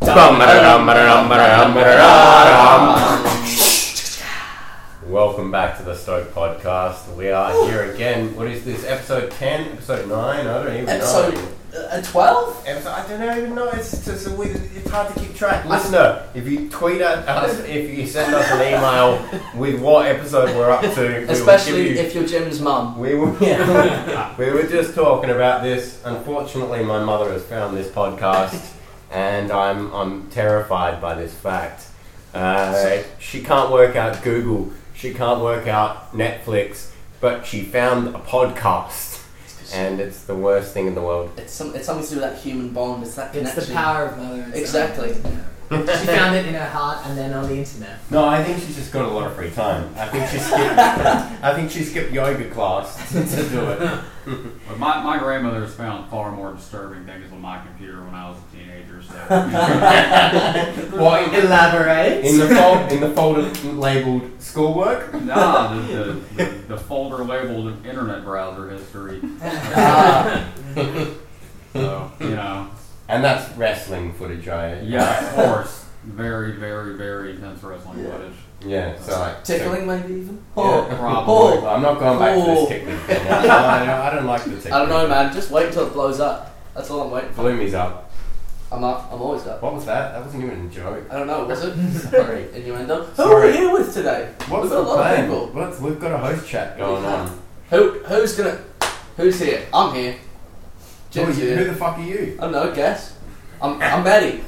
Bum, ba-da-dum, ba-da-dum, ba-da-dum, ba-da-dum. Welcome back to the Stoke Podcast. We are here again. What is this? Episode 10? Episode 9? I don't even Episode know. uh, 12? Episode, I don't even know. It's, just a weird, it's hard to keep track. Listener, if you tweet at us, if you send us an email with what episode we're up to, we will Especially give you- if you're Jim's mum. we were, we were just talking about this. Unfortunately, my mother has found this podcast, and I'm, I'm terrified by this fact. Uh, she can't work out Google, she can't work out Netflix, but she found a podcast, and it's the worst thing in the world. It's, some, it's something to do with that human bond. It's that It's connection. the power of mother and son. Exactly. She found it in her heart and then on the internet. No, I think she's just got a lot of free time. I think she skipped, I think she skipped yoga class to do it. But my, my grandmother has found far more disturbing things on my computer when I was a teenager. So I Well, in, Elaborate. in the fold, in the folder labeled schoolwork, nah, the, the, the, the folder labeled internet browser history. Ah, So you know, And that's wrestling footage, right? yeah, of course, very very very intense wrestling Yeah. footage. Yeah, so like. tickling, maybe even? so- Oh, yeah. Probably. I'm not going back to Oh. this tickling thing. I, I, I don't like the tickling. I don't know, man. Just wait until it blows up. That's all I'm waiting for. Bloomy's up. I'm up. I'm always up. What was that? That wasn't even a joke. I don't know, was it? Sorry. Innuendo? Who are we Sorry. here with today? What's There's a the lot of plan? people. What's, we've got a host chat going Yeah. on. Who Who's gonna. Who's here? I'm here. Who, Jim's who here. the fuck are you? I don't know, guess. I'm, I'm Maddie.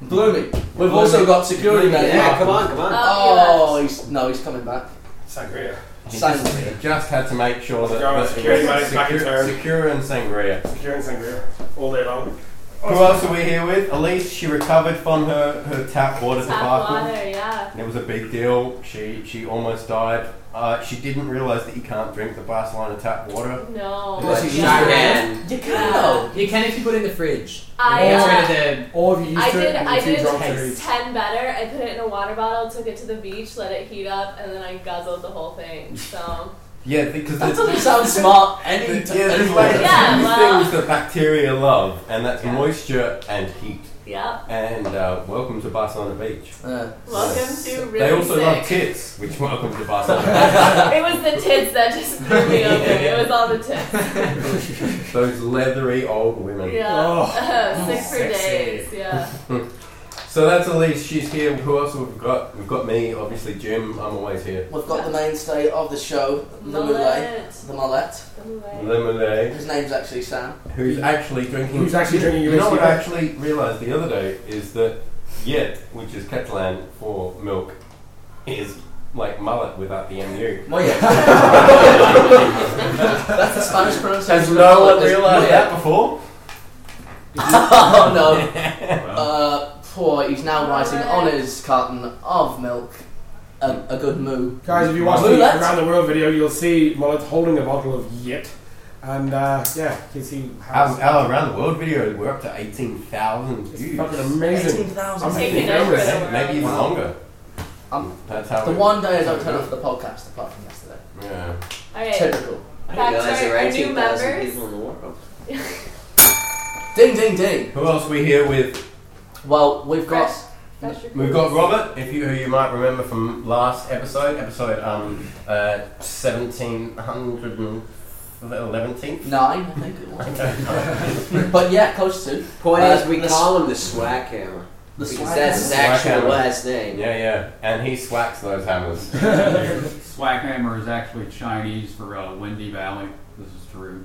Bloomy. We've also got security, man. come on. Oh, he's, no, he's coming back. Sangria. Same. He just had to make sure that, Go on, that security mate, back in secure, turn. secure and sangria. Secure and sangria. All day long. Who else are we here with? Elise, she recovered from her, her tap water Tap debacle. water, yeah. It was a big deal. She she almost died. Uh, she didn't realise that you can't drink the Barcelona tap water. No. Unless you Yeah. shower. You can though. You can if you put it in the fridge. I, or, uh, the, or if you use I it did. in I two did drops. like ten better. I put it in a water bottle, took it to the beach, let it heat up, and then I guzzled the whole thing. So Yeah, because That the, doesn't sound smart the, any yeah, t- there's anyway. like a Yeah, few well. things that bacteria love, and that's Yeah. moisture and heat. yeah. And uh, welcome to Barcelona Beach. Uh, Welcome to really they also sick. love tits, which welcome to Barcelona. it was the tits that just threw me over. It was all the tits. Those leathery old women. Yeah. Oh. uh, Sick for Sexy. days. Yeah. So that's Elise. She's here. Who else have we got? We've got me, obviously Jim. I'm always here. we've got the mainstay of the show, the Mullet. Mullet. The Mullet. The mullet. Lemonade, His name's actually Sam. who's actually drinking Who's actually drinking You your know what I whiskey? actually realised the other day is that yet, which is Catalan for milk, is like mullet without the mu. Well, yeah. That's the Spanish pronunciation. Has of no mullet, one is realised mullet. that before? Oh no. Well, Uh, poor. He's now writing Oh, Mullet. on his carton of milk. Um, A, a good moo. Guys, if you watch the Mullet? Around the World video, you'll see Mullet holding a bottle of Yit. And uh, yeah, you can see how Our, our around the world video, we're up to eighteen thousand it's views. fucking amazing. I'm 18,000. Take thinking it over. numbers. Maybe, maybe even Wow. longer. Um, That's how. The it- one day I don't turn off the podcast, apart from yesterday. Yeah. All right. Typical. Back to our, our new members. Ding, ding, ding. Who else we here with? Well, we've got. Fresh recruits. We've got Robert, if you who you might remember from last episode, episode um uh seventeen hundred and eleventh. Nine, I think it was. That's but yeah, close to. Point Uh, is, we the call him the Swag Hammer The because swag that's his hammer. actual Swag Hammer. last name. Yeah, yeah. And he swacks those hammers. Swag Hammer is actually Chinese for uh, Windy Valley. This is true.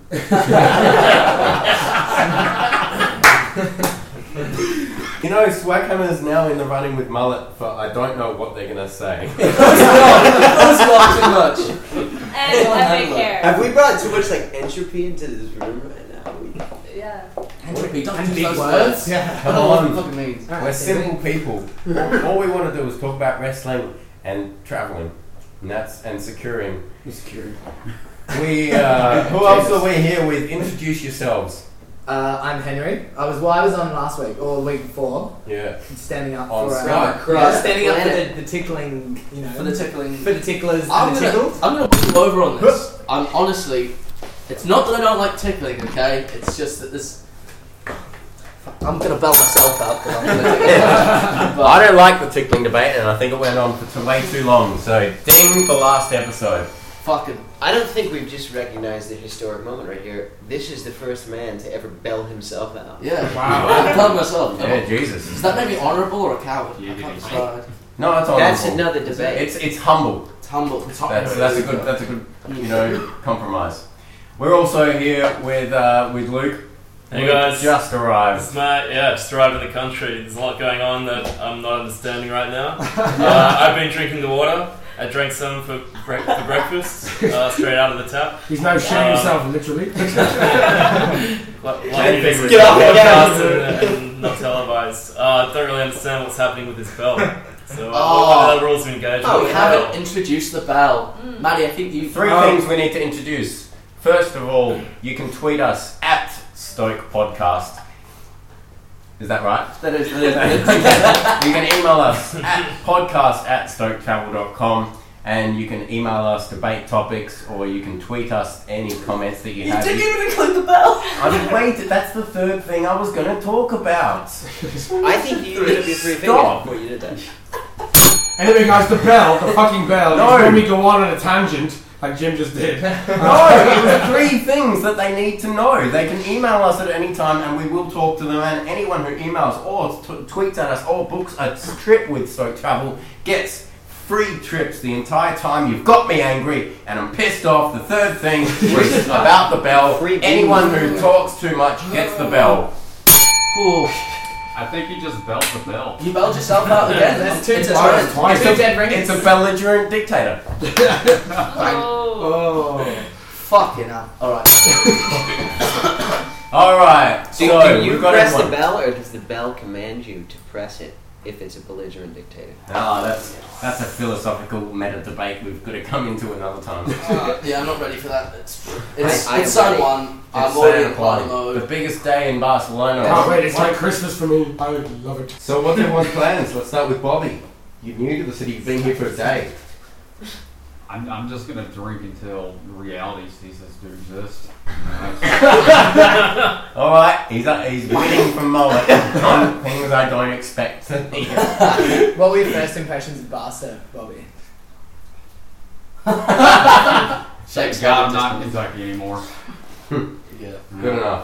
you know, Swaghammer's now in the running with Mullet, but I don't know what they're going to say. That's not too much. and epic hair. Have we brought too much like entropy into this room right now? We, Yeah. Entropy, don't And use big those words. words. Oh, I don't Come know what it on. fucking means. Alright, We're so simple people. All, all we want to do is talk about wrestling and traveling. And that's and securing. Security. We uh, who else are we here with? Introduce yourselves. Uh, I'm Henry. I was well. I was on last week or the week before, Yeah. standing up On for Skype. uh, Across yeah, standing up for planet. the, the tickling, you know, For the tickling. for the ticklers I'm and the gonna, tickled. I'm gonna pull over on this. I'm honestly, it's not that I don't like tickling, okay? It's just that this. Fuck I'm gonna bell myself up. But I'm gonna do it. But- I don't like the tickling debate, and I think it went on for too, way too long. So ding for last episode. Fucking. I don't think we've just recognized the historic moment right here. This is the first man to ever bell himself out. Yeah. Wow. I belled myself. Yeah, Does Jesus. that make me honorable or a coward? Yeah, I yeah, can't yeah. decide. No, it's honorable. That's another debate. It's it's humble. It's humble. It's humble. Mm. That's, that's a good that's a good you know compromise. We're also here with uh, with Luke. Hey, Luke guys. just arrived. It's not, yeah, just arrived in the country. There's a lot going on that I'm not understanding right now. Uh, I've been drinking the water. I drank some for, bre- for breakfast, uh, straight out of the tap. He's now shitting Uh, himself, literally. Like, like it is Get up, with get out. podcasts and, and not televised. Uh, don't really understand what's happening with this bell. So, uh, what Oh. are the rules of engagement? Oh, we with the haven't bell? introduced the bell. Mm. Maddie, I think you. Oh. Three Um, things we need to introduce. First of all, you can tweet us at Stoke Podcast. Is that right? That is, that is, that You can email us at podcast at stoketravel.com and you can email us debate topics or you can tweet us any comments that you, is. you have. didn't even include the bell. I'm wait, that's the third thing I was going to talk about. I think you did it with three fingers Stop. before you did that. anyway, guys, the bell, the fucking bell. No. When we go on on a tangent, like Jim just did. No, it was three things that they need to know. They can email us at any time and we will talk to them. And anyone who emails or t- tweets at us or books a trip with Stoke Travel gets free trips the entire time. You've got me angry and I'm pissed off. The third thing was about the bell. Free anyone who talks too much gets the bell. Ooh, I think you just belt the bell. you belled yourself out again. That's That's two it's a twice, trend. twice. Two dead It's rings. a belligerent dictator. Oh. Oh. Fucking hell. Alright. All right. So, So do you we've got press everyone. the bell, or does the bell command you to press it if it's a belligerent dictator? Ah, that's that's a philosophical meta debate we've got to come into another time. Uh, yeah, I'm not ready for that. It's, it's, I- I it's side agree. one. I'm It's already Santa in party Claus. The mode. biggest day in Barcelona. Can't wait, it's like Christmas for me. I would love it. So what's everyone's plans? Let's start with Bobby. You're new to the city. You've been here for a day. I'm, I'm just gonna drink until reality ceases to exist. All right, he's uh, he's winning from Mullet on things I don't expect. What were your first impressions of Barca, Bobby? Thank Shakespeare God I'm just- not in Kentucky anymore. Hmm. Yeah. Good enough.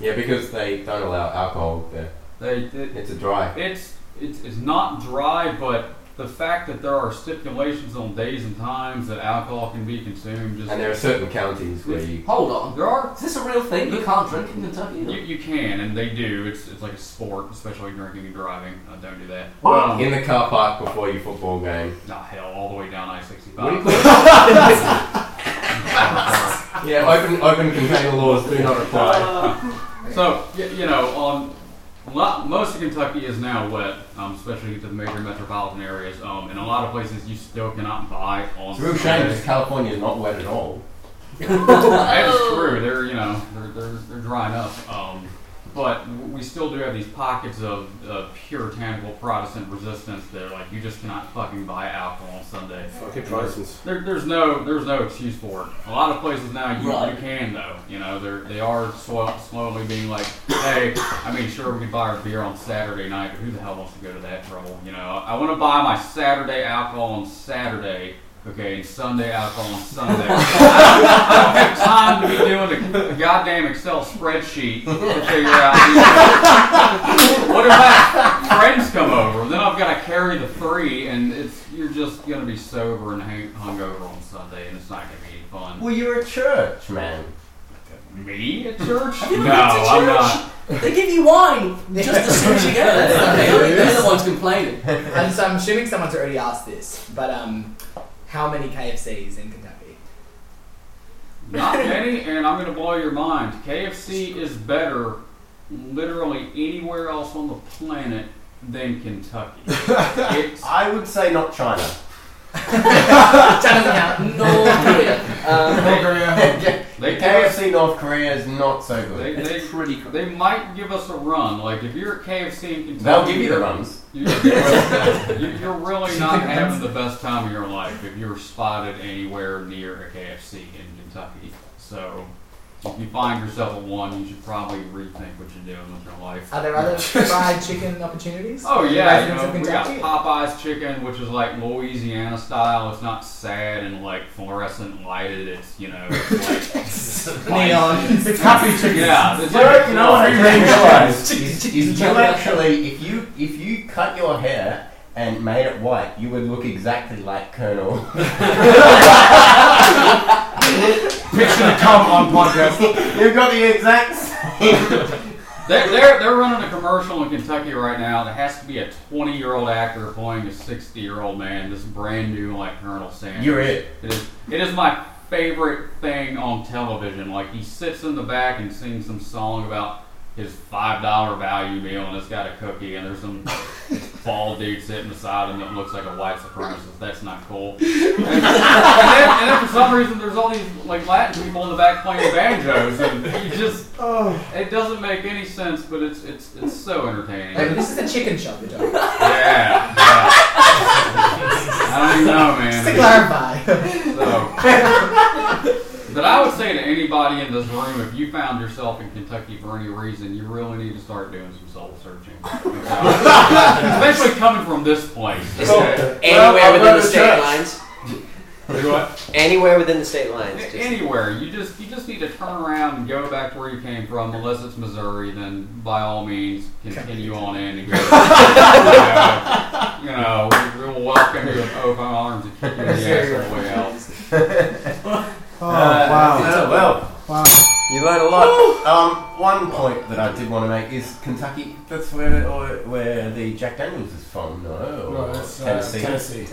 Yeah, because they don't Uh, allow alcohol there. They did. It's a dry. It's it's it's not dry, but the fact that there are stipulations on days and times that alcohol can be consumed just And there are certain counties where you. Hold on. there are Is this a real thing? You can't drink in Kentucky? You, You, you can, and they do. It's, it's like a sport, especially drinking and driving. Uh, don't do that. Um, In the car park before your football game. nah, hell, all the way down I sixty What do you five. call it? Yeah, open open container laws do not apply. Uh, So y- you know, um, lot, most of Kentucky is now wet, um, especially to the major metropolitan areas. Um, in a lot of places, you still cannot buy on. It's a real shame because California's not wet at all. That's Oh. true. They're you know they're they're, they're drying up. Um, but w- we still do have these pockets of, of puritanical Protestant resistance that are like you just cannot fucking buy alcohol on Sunday. Fucking Protestants. There, there's no there's no excuse for it. A lot of places now you, you Right. can though. You know they they are slo- slowly being like, hey, I mean sure we can buy our beer on Saturday night, but who the hell wants to go to that trouble? You know I want to buy my Saturday alcohol on Saturday. Okay, and Sunday alcohol on Sunday. I, don't, I don't have time to be doing a goddamn Excel spreadsheet to figure out. You know, what if my friends come over? Then I've got to carry the three, and it's you're just gonna be sober and hang, hungover on Sunday, and it's not gonna be any fun. Well, you're a church, man. Me at church? no, went to I'm church. not. They give you wine just to switch you out. They're the ones complaining. And so I'm assuming someone's already asked this, but um, how many KFCs in Kentucky? Not many, and I'm gonna blow your mind. KFC is better, literally anywhere else on the planet than Kentucky. It's I would say not China. China's out. North Korea. Um, they KFC North Korea is not so They, good. they, pretty cool. they might give us a run. Like if you're at KFC in Kentucky, They'll give you the you're- runs. You- You're, you're really not having the best time of your life if you're spotted anywhere near a KFC in Kentucky. So if you find yourself a one, you should probably rethink what you're doing with your life. Are there other fried chicken opportunities? Oh yeah, you Residents know, of we got Kentucky? Popeye's chicken, which is like Louisiana style. It's not sad and like fluorescent lighted. It's you know, it's like Neon. it's happy chicken. Yeah, it's Derek, you know what I realised Chicken, is, chicken, is you chicken. actually, if you if you cut your hair and made it white, you would look exactly like Colonel. picture to come on podcast. You've got the exact same. They're, they're, they're running a commercial in Kentucky right now that has to be a 20 year old actor playing a 60 year old man, this brand new, like Colonel Sanders. You're it. It is, it is my favorite thing on television. Like, he sits in the back and sings some song about his $5 value meal, and it's got a cookie, and there's some bald dude sitting beside him that looks like a white supremacist. That's not cool. And then, and then for some reason, there's all these like Latin people in the back playing banjos, and you just Oh, it doesn't make any sense, but it's it's it's so entertaining. Like, yeah, this is a chicken shop you're talking about. yeah. I don't even know, Just to man. clarify. So, but I would say to anybody in this room, if you found yourself in Kentucky for any reason, you really need to start doing some soul searching, especially coming from this place. Is okay? there Well, anywhere I'll go within the to state church. lines? Do what? Anywhere within the state lines. A- Just, Anywhere you just you just need to turn around and go back to where you came from. Unless it's Missouri, then by all means continue on in and go. you know, we will welcome you with open arms and kick you in the ass all the way out. oh Uh, wow. so, well, Wow. you learn a lot. Um, one point that I did want to make is Kentucky. That's where or, where the Jack Daniels is from, no? Or No, that's, uh, Tennessee. Tennessee.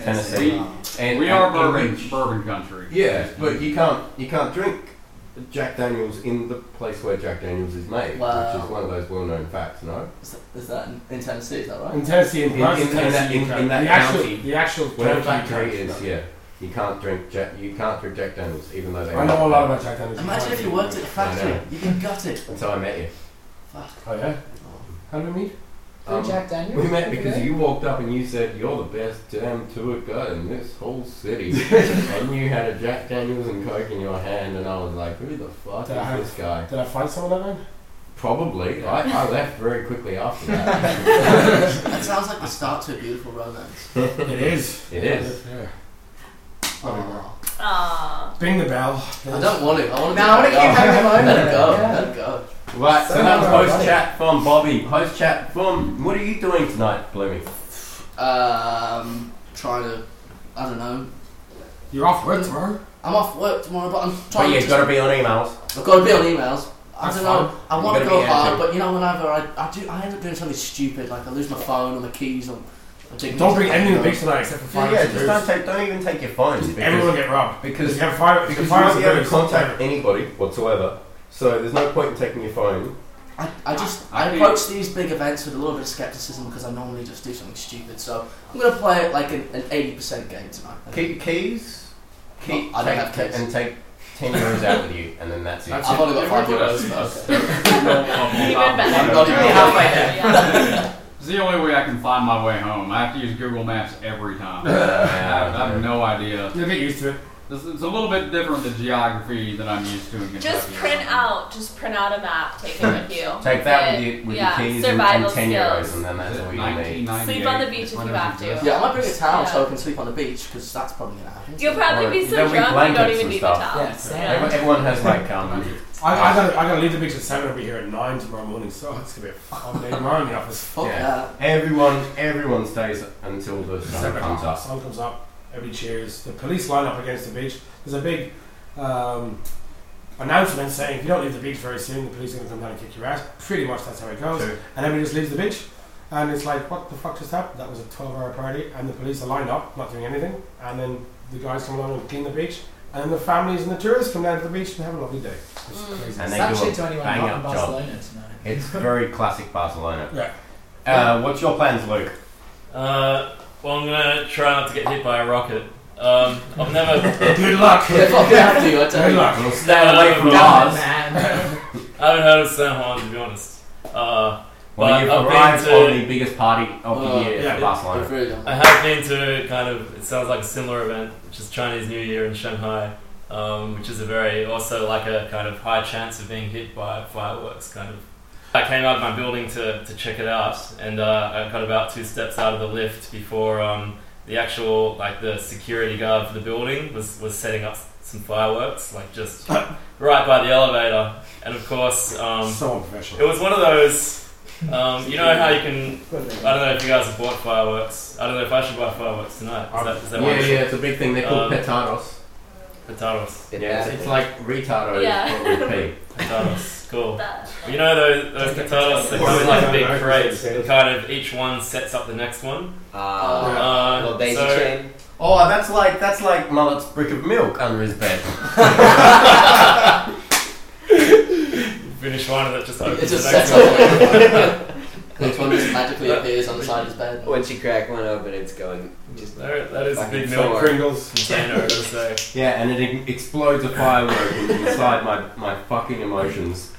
Tennessee. And, We are and- and bourbon, rich. bourbon country. Yeah, but you can't you can't drink Jack Daniels in the place where Jack Daniels is made, Wow. which is one of those well-known facts. No, Is that- Is that in, in Tennessee? Is that right? In Tennessee, in, In- parts of in- in that- Tennessee, you in- can. in that the actual, county. the actual whatever county that country you is, can. yeah, you can't drink Jack you can't drink Jack Daniels, even though they. I know a lot about Jack Daniels. Imagine if you worked at a I factory. know. You can gut it. That's how I met you. Oh yeah. How do we meet? Um, Jack Daniels. we met because Okay. you walked up and you said you're the best damn tour guide in this whole city, and you had a Jack Daniels and Coke in your hand, and I was like, who the fuck Did I have- is this guy? Did I find someone that night? Probably. I, I left very quickly after that. That sounds like the start to a beautiful romance. It is. It is. Yeah. Aw. Aw. Bing the bell. I don't want it. I want to. oh, No, I want to keep having a moment. Let it go. Yeah. Let it go. Right, so So that was right. post chat from Bobby. Post chat from. What are you doing tonight, Bloomy? Um, trying to. I don't know. You're off work tomorrow. I'm off work tomorrow, but I'm But trying you've to. got to be on emails. I've got to be on emails. I That's don't know. I You want to gotta go be hard, active. but you know, whenever I, I do, I end up doing something stupid, like I lose my phone or my keys or. I dig Don't bring myself up. anything big tonight except for Yeah, fire. yeah just don't take. Don't even take your phone Everyone because get robbed. Because because you have fire. because you fire won't be able to contact anybody whatsoever. So there's no point in taking your phone. I, I just I I, think- approach these big events with a little bit of skepticism because I normally just do something stupid. So I'm gonna play it like an eighty percent game tonight. Keep your keys. Keep. Oh, I don't have take- keys. And take ten euros out with you, and then that's it. That's I've it. only got They five put euros, a- but a okay. stone up on Even top of better. one I'm not another. even halfway there. Yeah. It's the only way I can find my way home. I have to use Google Maps every time. I have, I have no idea. You'll get used to it. This is a little bit different the geography that I'm used to in Kentucky. Just print out, just print out a map, take it with you. Take that with you with yeah, your keys and, survival and ten euros, skills. and then that's all you need. 1998, Sleep on the beach if when you it have to. exists. Yeah, I might bring a towel so Yeah. I can sleep on the beach because that's probably gonna happen. You'll probably be so There'll be drunk you don't blankets even and need stuff. a towel. Yeah, same. Yeah. Everyone, everyone has like um. I, I gotta I gotta leave the beach at seven. I'll be here at nine tomorrow morning. So it's gonna be a fun day tomorrow in the office. Fuck Yeah. Everyone, everyone stays until the sun comes up. Sun comes up. Everybody cheers. The police line up against the beach. There's a big um, announcement saying if you don't leave the beach very soon, the police are gonna come down and kick your ass. Pretty much that's how it goes. True. And everybody just leaves the beach. And it's like, what the fuck just happened? That was a 12 hour party, and the police are lined up, not doing anything. And then the guys come along and clean the beach. And then the families and the tourists come down to the beach and have a lovely day. It's Mm. crazy. And It's they actually do to a anyone bang not in up job. Barcelona tonight. It's very classic Barcelona. Yeah. Uh, what's your plans, Luke? Uh, well, I'm gonna try not to get hit by a rocket. Um, I've never, Good luck! Yeah, fucking have to. I tell Good you. luck! We'll stay away from Uh, Mars. Man. I haven't heard of San Juan to be honest. Uh, Well, But you've I've been arrived to- on the biggest party of the Uh, year yeah. for I've Barcelona. really done. I have been to kind of it sounds like a similar event, which is Chinese New Year in Shanghai. um, which is a very also like a kind of high chance of being hit by fireworks kind of. I came out of my building to, to check it out, and uh, I got about two steps out of the lift before um, the actual like the security guard for the building was, was setting up some fireworks, like just right by the elevator. And of course, um, so it unprofessional. was one of those. Um, you know how you can. I don't know if you guys have bought fireworks. I don't know if I should buy fireworks tonight. Is that, is that Yeah, one? yeah, it's a big thing. They're called Um, petardos. Petados. Yeah, it's, it's like retardos. Yeah. but with P. Petados. Cool. That. You know those, those petados that come in like a big crates. and Kind of each one sets up the next one. Uh, Ah, Uh, little daisy so- chain. Oh, that's like that's like mullet's brick of milk under his bed. finish one and it just opens It just the next sets one. up. Each one just magically appears on the side of his bed. Once you crack one open, it's going just There- that is a Fucking big four. milk cream Pringles. container, I gotta say. Yeah, and it e- explodes a firework inside my my fucking emotions.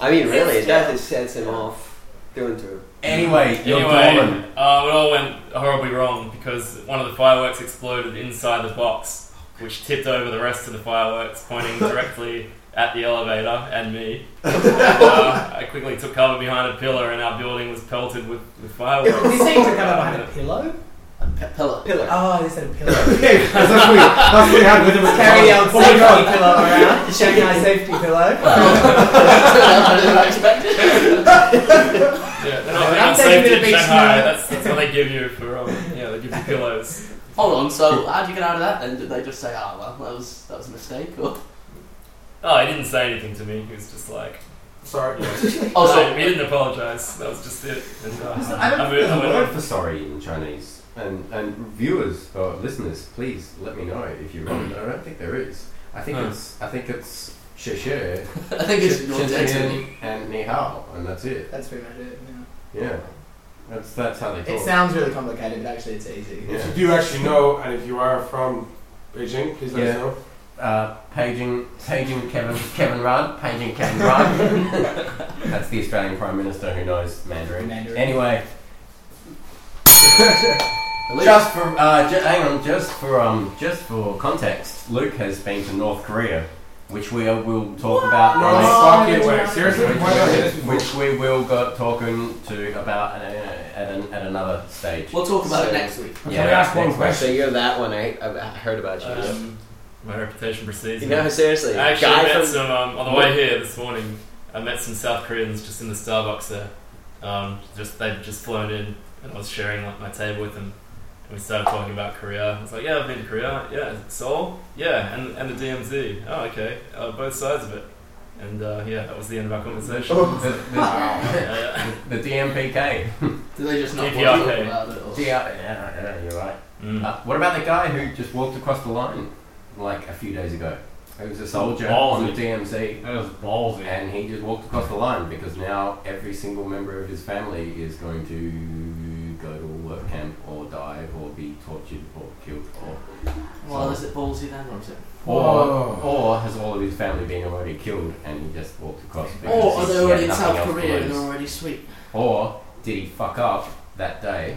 I mean, really, it Yeah. does. It sets him off through and through. Anyway, you're Anyway, gone. uh, it all went horribly wrong because one of the fireworks exploded inside the box, which tipped over the rest of the fireworks, pointing directly at the elevator and me. uh, I quickly took cover behind a pillar, and our building was pelted with, with These fireworks. things are covered behind a pillow. A pe- pillar. Pillar. Oh, they said a pillow. that's what we that's what we had with him. Carry out Oh my safety god. Oh pillow around. Show me my safety pillow. I didn't expect it. yeah, they're I'm not, they're not taking it safety a in big Shanghai. snow. That's, that's what they give you for um, yeah, they give you pillows. Hold on, so how'd you get out of that then? Did they just say, ah, well, that was, that was a mistake? Or? Oh, he didn't say anything to me. He was just like, Sorry. Oh, no, so he didn't apologize. That was just it. And, uh, I don't I moved- I think there's a went on. word for sorry in Chinese. And and viewers or listeners, please let me know if you're wrong. I don't think there is. I think Hmm. it's I think it's she she and I think it's your destiny. ni hao, and that's it. That's pretty much it. yeah. Yeah, that's that's how they It talk. sounds really complicated, but actually it's easy. Yeah. If you do actually know, and if you are from Beijing, please let Yeah. us know. uh, paging, paging Kevin, Kevin Rudd, paging Kevin Rudd. That's the Australian Prime Minister who knows Mandarin. Mandarin. Anyway, At least. just for uh, ju- hang on, just for um, just for context, Luke has been to North Korea, which we will talk about No next. fucking way. Seriously? Which, Why not this we- before? which we will go talking to about at, a- at, an, at another stage. We'll talk about it So- next week. Can I ask one next question? So you're that one. I, I heard about you. Um, my reputation precedes you me. know, seriously, I actually guy met from some um, on the way here this morning. I met some South Koreans just in the Starbucks there. Um, just they'd just flown in, and I was sharing like my table with them, and we started talking about Korea. I was like, "Yeah, I've been to Korea. Yeah, Seoul. Yeah, and and the DMZ. Oh, okay, uh, both sides of it." And uh, yeah, that was the end of our conversation. The, Yeah, the, yeah. the DMPK. Do they just not want to DPRK. talk about it? Or? Yeah, yeah, yeah, you're right. Mm. Uh, what about the guy who just walked across the line like a few days ago? He was a soldier on the DMZ, That is ballsy. and he just walked across the line because now every single member of his family is going to go to a work camp or die or be tortured or killed or Well, is it ballsy then, or is it? or, Whoa. or has all of his family been already killed and he just walked across because Or are he they had already in nothing South else to Korea and lose? they're already sweet? Or did he fuck up that day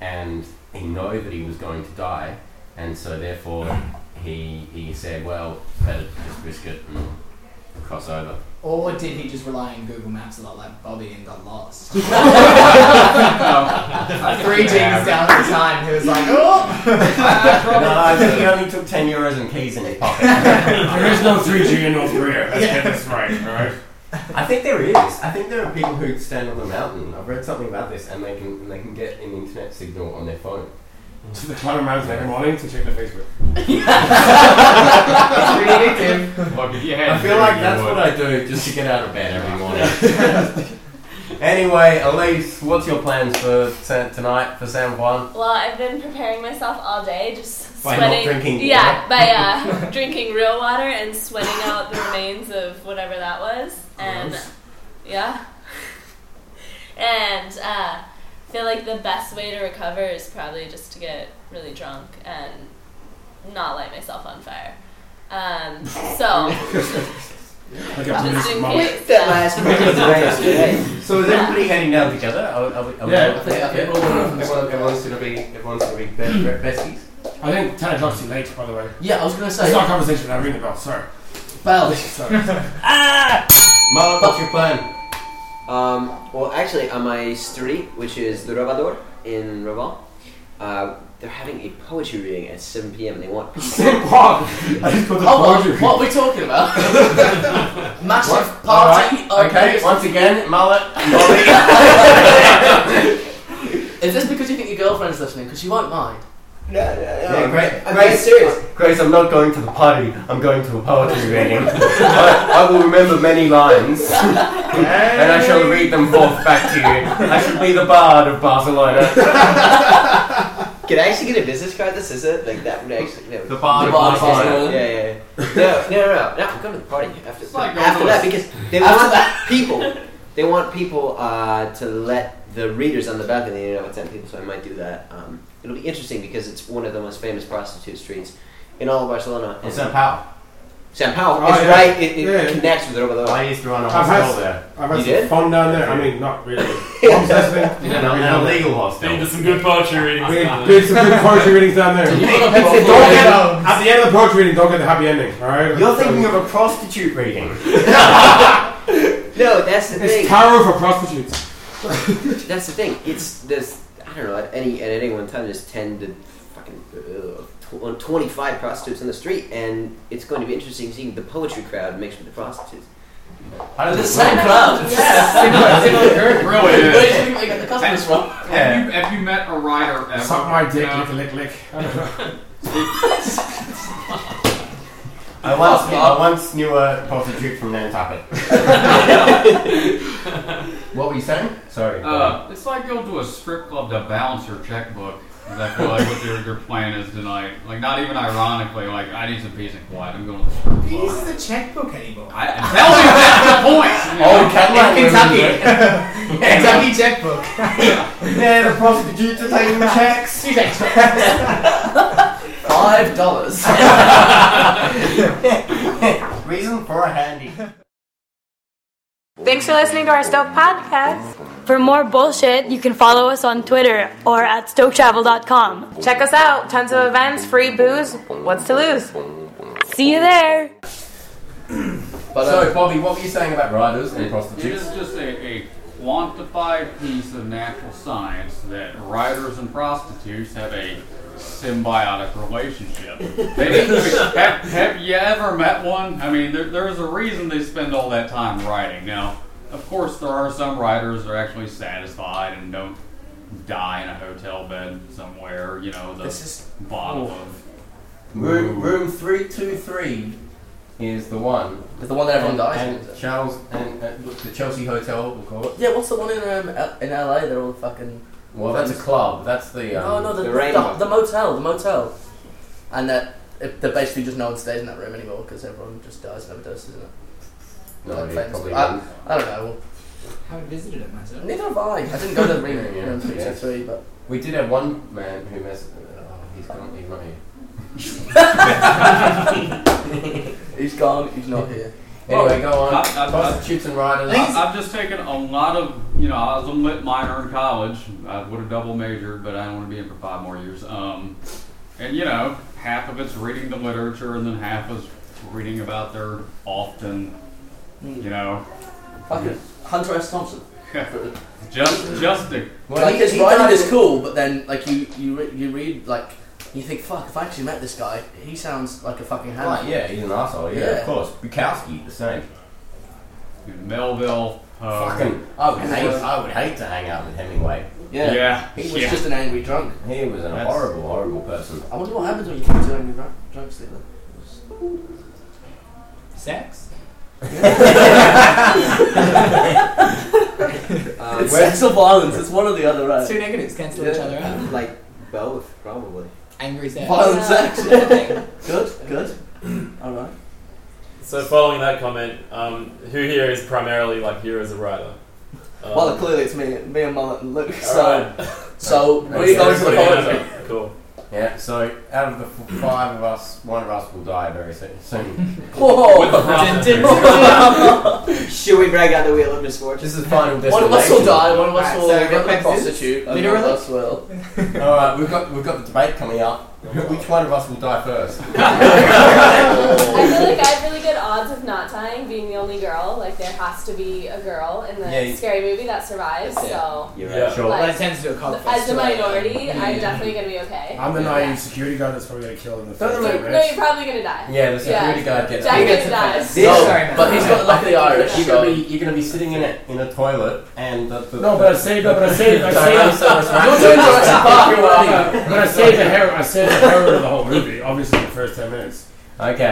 and he know that he was going to die and so therefore he he said, Well, better just risk it and cross over. Or did he just rely on Google Maps a lot like Bobby and got Oh. lost? Three G's down at the time, he was like, oh! no, he only took ten euros and keys in his pocket. There is no 3G in North Korea. Let's get this right, alright? I think there is. I think there are people who stand on the mountain. I've read something about this and they can and they can get an internet signal on their phone. To the climb a mountain every morning to check their Facebook. It's really addictive. Look, if you had I feel to, like you that's would. what I do just to get out of bed every morning. anyway, Elise, what's your plans for sa- tonight for San Juan? Well, I've been preparing myself all day, just By not sweating. drinking yeah, by uh, drinking real water and sweating out the remains of whatever that was, and Gross. yeah, and uh, I feel like the best way to recover is probably just to get really drunk and not light myself on fire. Um, so Like a just police in mom. case. that yeah. last minute. So is everybody heading down together? Are, are we, are we Yeah. I think, I think Yeah. Oh, we're all going from the Everyone, everyone's gonna be everyone's gonna be best, besties. I think 10 o'clock's too late, by the way. Yeah, I was gonna It's say, not a conversation without ringing the bell, sorry. Bell. sorry. Marlon, what's your plan? Um, well, actually, on my street, which is the Robador in Raval, uh, they're having a poetry reading at 7 p.m. and they want Sit Bob! I just put the Hold poetry. on, what are we talking about? Massive What? party. Alright, Okay. Okay, once again, Mullet. Is this because you think your girlfriend's listening? Because she won't mind. No, no, no. Yeah, great. I'm Great. being serious. Grace, I'm not going to the party, I'm going to a poetry reading. I, I will remember many lines. and I shall read them forth back to you. I shall be the bard of Barcelona. Can I actually get a business card that says it? Like that would actually. That would, The bard of The bard of Barcelona. Barcelona. yeah, yeah. yeah. No, no, no, no, no. I'm going to the party after, It's like after going that to a- because they After want people. They want people uh, to let the readers on the balcony you know it's empty, so I might do that. Um, it'll be interesting because it's one of the most famous prostitute streets in all of Barcelona. It's And a pal. San Pau Oh, is yeah. right. It, it Yeah, yeah. connects with Robador. I used to run a I've hostel had- there. I've You had some did? fun down there. I mean, not really. Bob's listening. In an, an illegal hostel. Been to some good poetry readings. We down there. did some good poetry readings down there. Did you Don't put up get, your at the end of the poetry reading, don't get the happy ending, alright? You're thinking of a prostitute reading. No, that's the It's thing. tarot for prostitutes. That's the thing. It's this. I don't know. At any at any one time, there's ten to fucking uh, tw- twenty-five prostitutes on the street, and it's going to be interesting seeing the poetry crowd mixed with the prostitutes. I don't The know. same crowd. Really Where is. do you think they get the customers from? Yeah. Have, you, have you met a writer ever? Suck my dick, No. lick, lick, lick. I don't know. I once, knew, I once knew a prostitute from Nantucket. what were you saying? Sorry. Uh, it's like going to a strip club to balance your checkbook. Is that what, like, what your, your plan is tonight? Like, not even ironically, like, I need some peace and quiet. I'm going to the strip club. He uses a checkbook anymore. I, and tell me that's the point! you know? oh, Cadillac In women, Kentucky. Kentucky checkbook. They're the prostitutes are taking the checks. Five dollars. Reason for a handy. Thanks for listening to our Stoke podcast. For more bullshit, you can follow us on Twitter or at stoketravel.com. Check us out. Tons of events, free booze. What's to lose? See you there. But, uh, Sorry, Bobby, what were you saying about riders and It is just a, a quantified piece of natural science that writers and prostitutes have a symbiotic relationship. They, have, have you ever met one? I mean, there, there's a reason they spend all that time writing. Now, of course, there are some writers that are actually satisfied and don't die in a hotel bed somewhere, you know, the This is bottle of. Room, room 323 is the one. It's the one that everyone dies. in, and is it? Charles, and uh, look, the Chelsea Hotel, we'll call it. Yeah, what's the one in um, L- in LA? They're all fucking. Well, that's a club. That's the. Um, No, no, the, the the, Rainbow. the, motel, the motel, and that it, they're basically just no one stays in that room anymore because everyone just dies of overdoses, isn't it? No, like you famous- probably I, wouldn't. I don't know. haven't visited it myself. Neither have I. I didn't go to the room Yeah, yeah, room three yeah. two three, but We did have one man who messed. Oh, he's gone. He's not here. he's gone. He's not here. Anyway, Oh. go on. I- I- I- Prostitutes and riders. I, I've just taken a lot of, you know, I was a lit minor in college. I would have double majored, but I don't want to be in for five more years. Um, and you know, half of it's reading the literature, and then half is reading about their often, you know, Fucking Hunter S. Thompson. just just the Well, like he- his he writing died- is cool, but then like you you re- you read like you think fuck if I actually met this guy, he sounds like a fucking hammer. Right, yeah, he's an asshole. Yeah, Yeah. of course. Bukowski, the same. Melville. um, Uh, Fucking. I would Yeah. hate. I would hate to hang out with Hemingway. Yeah. yeah, He was yeah. just an angry drunk. He was a That's- horrible, horrible person. I wonder what happens when you keep doing angry drunk, drunk sleep. Sex? Uh, Um, It's sex or violence. It's one or the other, It's right? two negatives cancel each Yeah. other out. like both, probably. Angry sex. Violent sex. Nothing. Good. Good. All right. So following that comment, um, who here is primarily like here as a writer? Um, Well, clearly it's me, me and Mullet and Luke. all So, right. so Right. we go to the Yeah. point. Yeah, Cool. Yeah. So out of the f- five of us, one of us will die very so- soon. With the Whoa! process. Should we brag on the wheel of misfortune? This is final destination. One of us will die. One of us Right, will so get back the to this. prostitute. And one of Literally? us will. All right, we've got we've got the debate coming up. Which one of us will die first? I feel like I have really good odds of not dying, being the only girl. Like there has to be a girl in the Yeah, you- scary movie that survives. That's it. so You're Yeah. right. Sure. Well, that tends to do a cult as fest, the right? minority, I'm Mm. definitely gonna be okay. I'm the naive Yeah. security guy that's probably gonna kill in the Don't first know, day, like, No, right? you're probably gonna die. Yeah, the security guard gets Jack He it. gets gets a dies. pass. No, Sorry, man. but he's got luck of the Irish. Yeah. You're gonna be, you're gonna be sitting in a in a toilet, and the, the No, but I saved, but I saved, I saved. Tyrannosaurus Don't do Rex- that. Fuck But I saved the hero. I saved the hero of the whole movie. Obviously, in the first ten minutes. you up. Okay.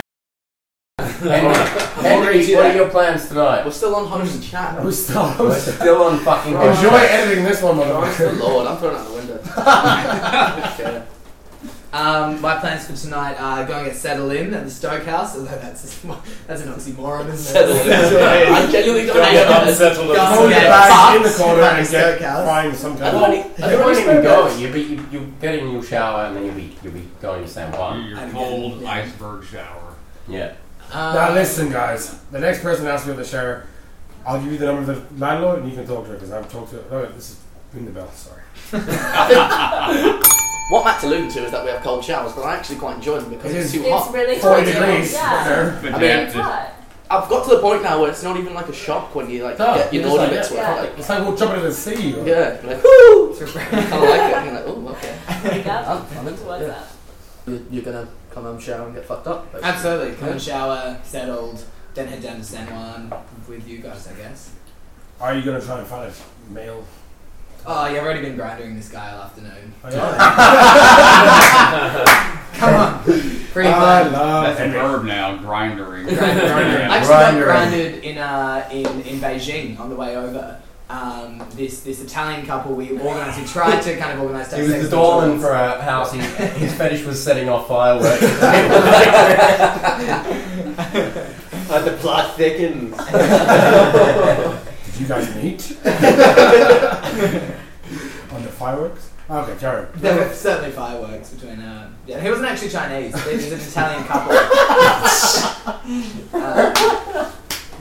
Henry, do Henry, what that. are your plans tonight? We're still on Hunter's chat. Who's still? We're still on fucking. Enjoy editing this one, Honest to motherfucker. the Lord, I'm throwing out the window. okay. Um, my plans for tonight are going to settle in at the Stoke House, although that's that's an oxymoron, isn't it? Settle in. I genuinely don't Don't get know. unsettled at Don't Hold the the get same bag in the fucked. corner and That's get so callous. find some kind Well, of. you won't even go. You'll be you, you get in, you'll shower, and then you'll be you'll be going to San time. Juan. Your I'm cold good. iceberg shower. Yeah. Um, Now listen, guys. The next person asks me the sheriff, I'll give you the number of the landlord, and you can talk to her because I've talked to. No, wait, this is ring the bell. Sorry. What Matt's alluding to is that we have cold showers, but I actually quite enjoy them because It it's is- too It's hot. really hot. Forty degrees. Yeah. Fair. But I mean, that It's just- hot. I've got to the point now where it's not even like a shock when you like No, get your you're just naughty like, bits yeah. where It's like we'll jump into the sea. like Or, yeah, you're like whoo, I kind of like it. And you're like oh okay, Yep. Oh, I'm, I'm into What's it. up? You- You're gonna come home, shower, and get fucked up. basically. Absolutely. Come and shower, settled, then head down to San Juan with you guys, I guess. Are you gonna try and find a male? Oh, yeah, I've already been grinding this guy all afternoon. Oh, yeah. Come on. Free I fun. love That's a Henry. verb now, grindering. Grind- grinder. I Yeah. actually got Grinder. grinded in, uh, in, in Beijing on the way over. Um, this this Italian couple we organised, we tried to kind of organise. He sex was the rituals. doorman for a house. He, his fetish was setting off fireworks. Uh, the plot thickens. Did you guys meet? On the fireworks? Okay, Jared. There were certainly fireworks between. Uh, yeah, he wasn't actually Chinese. He was an Italian couple. Um,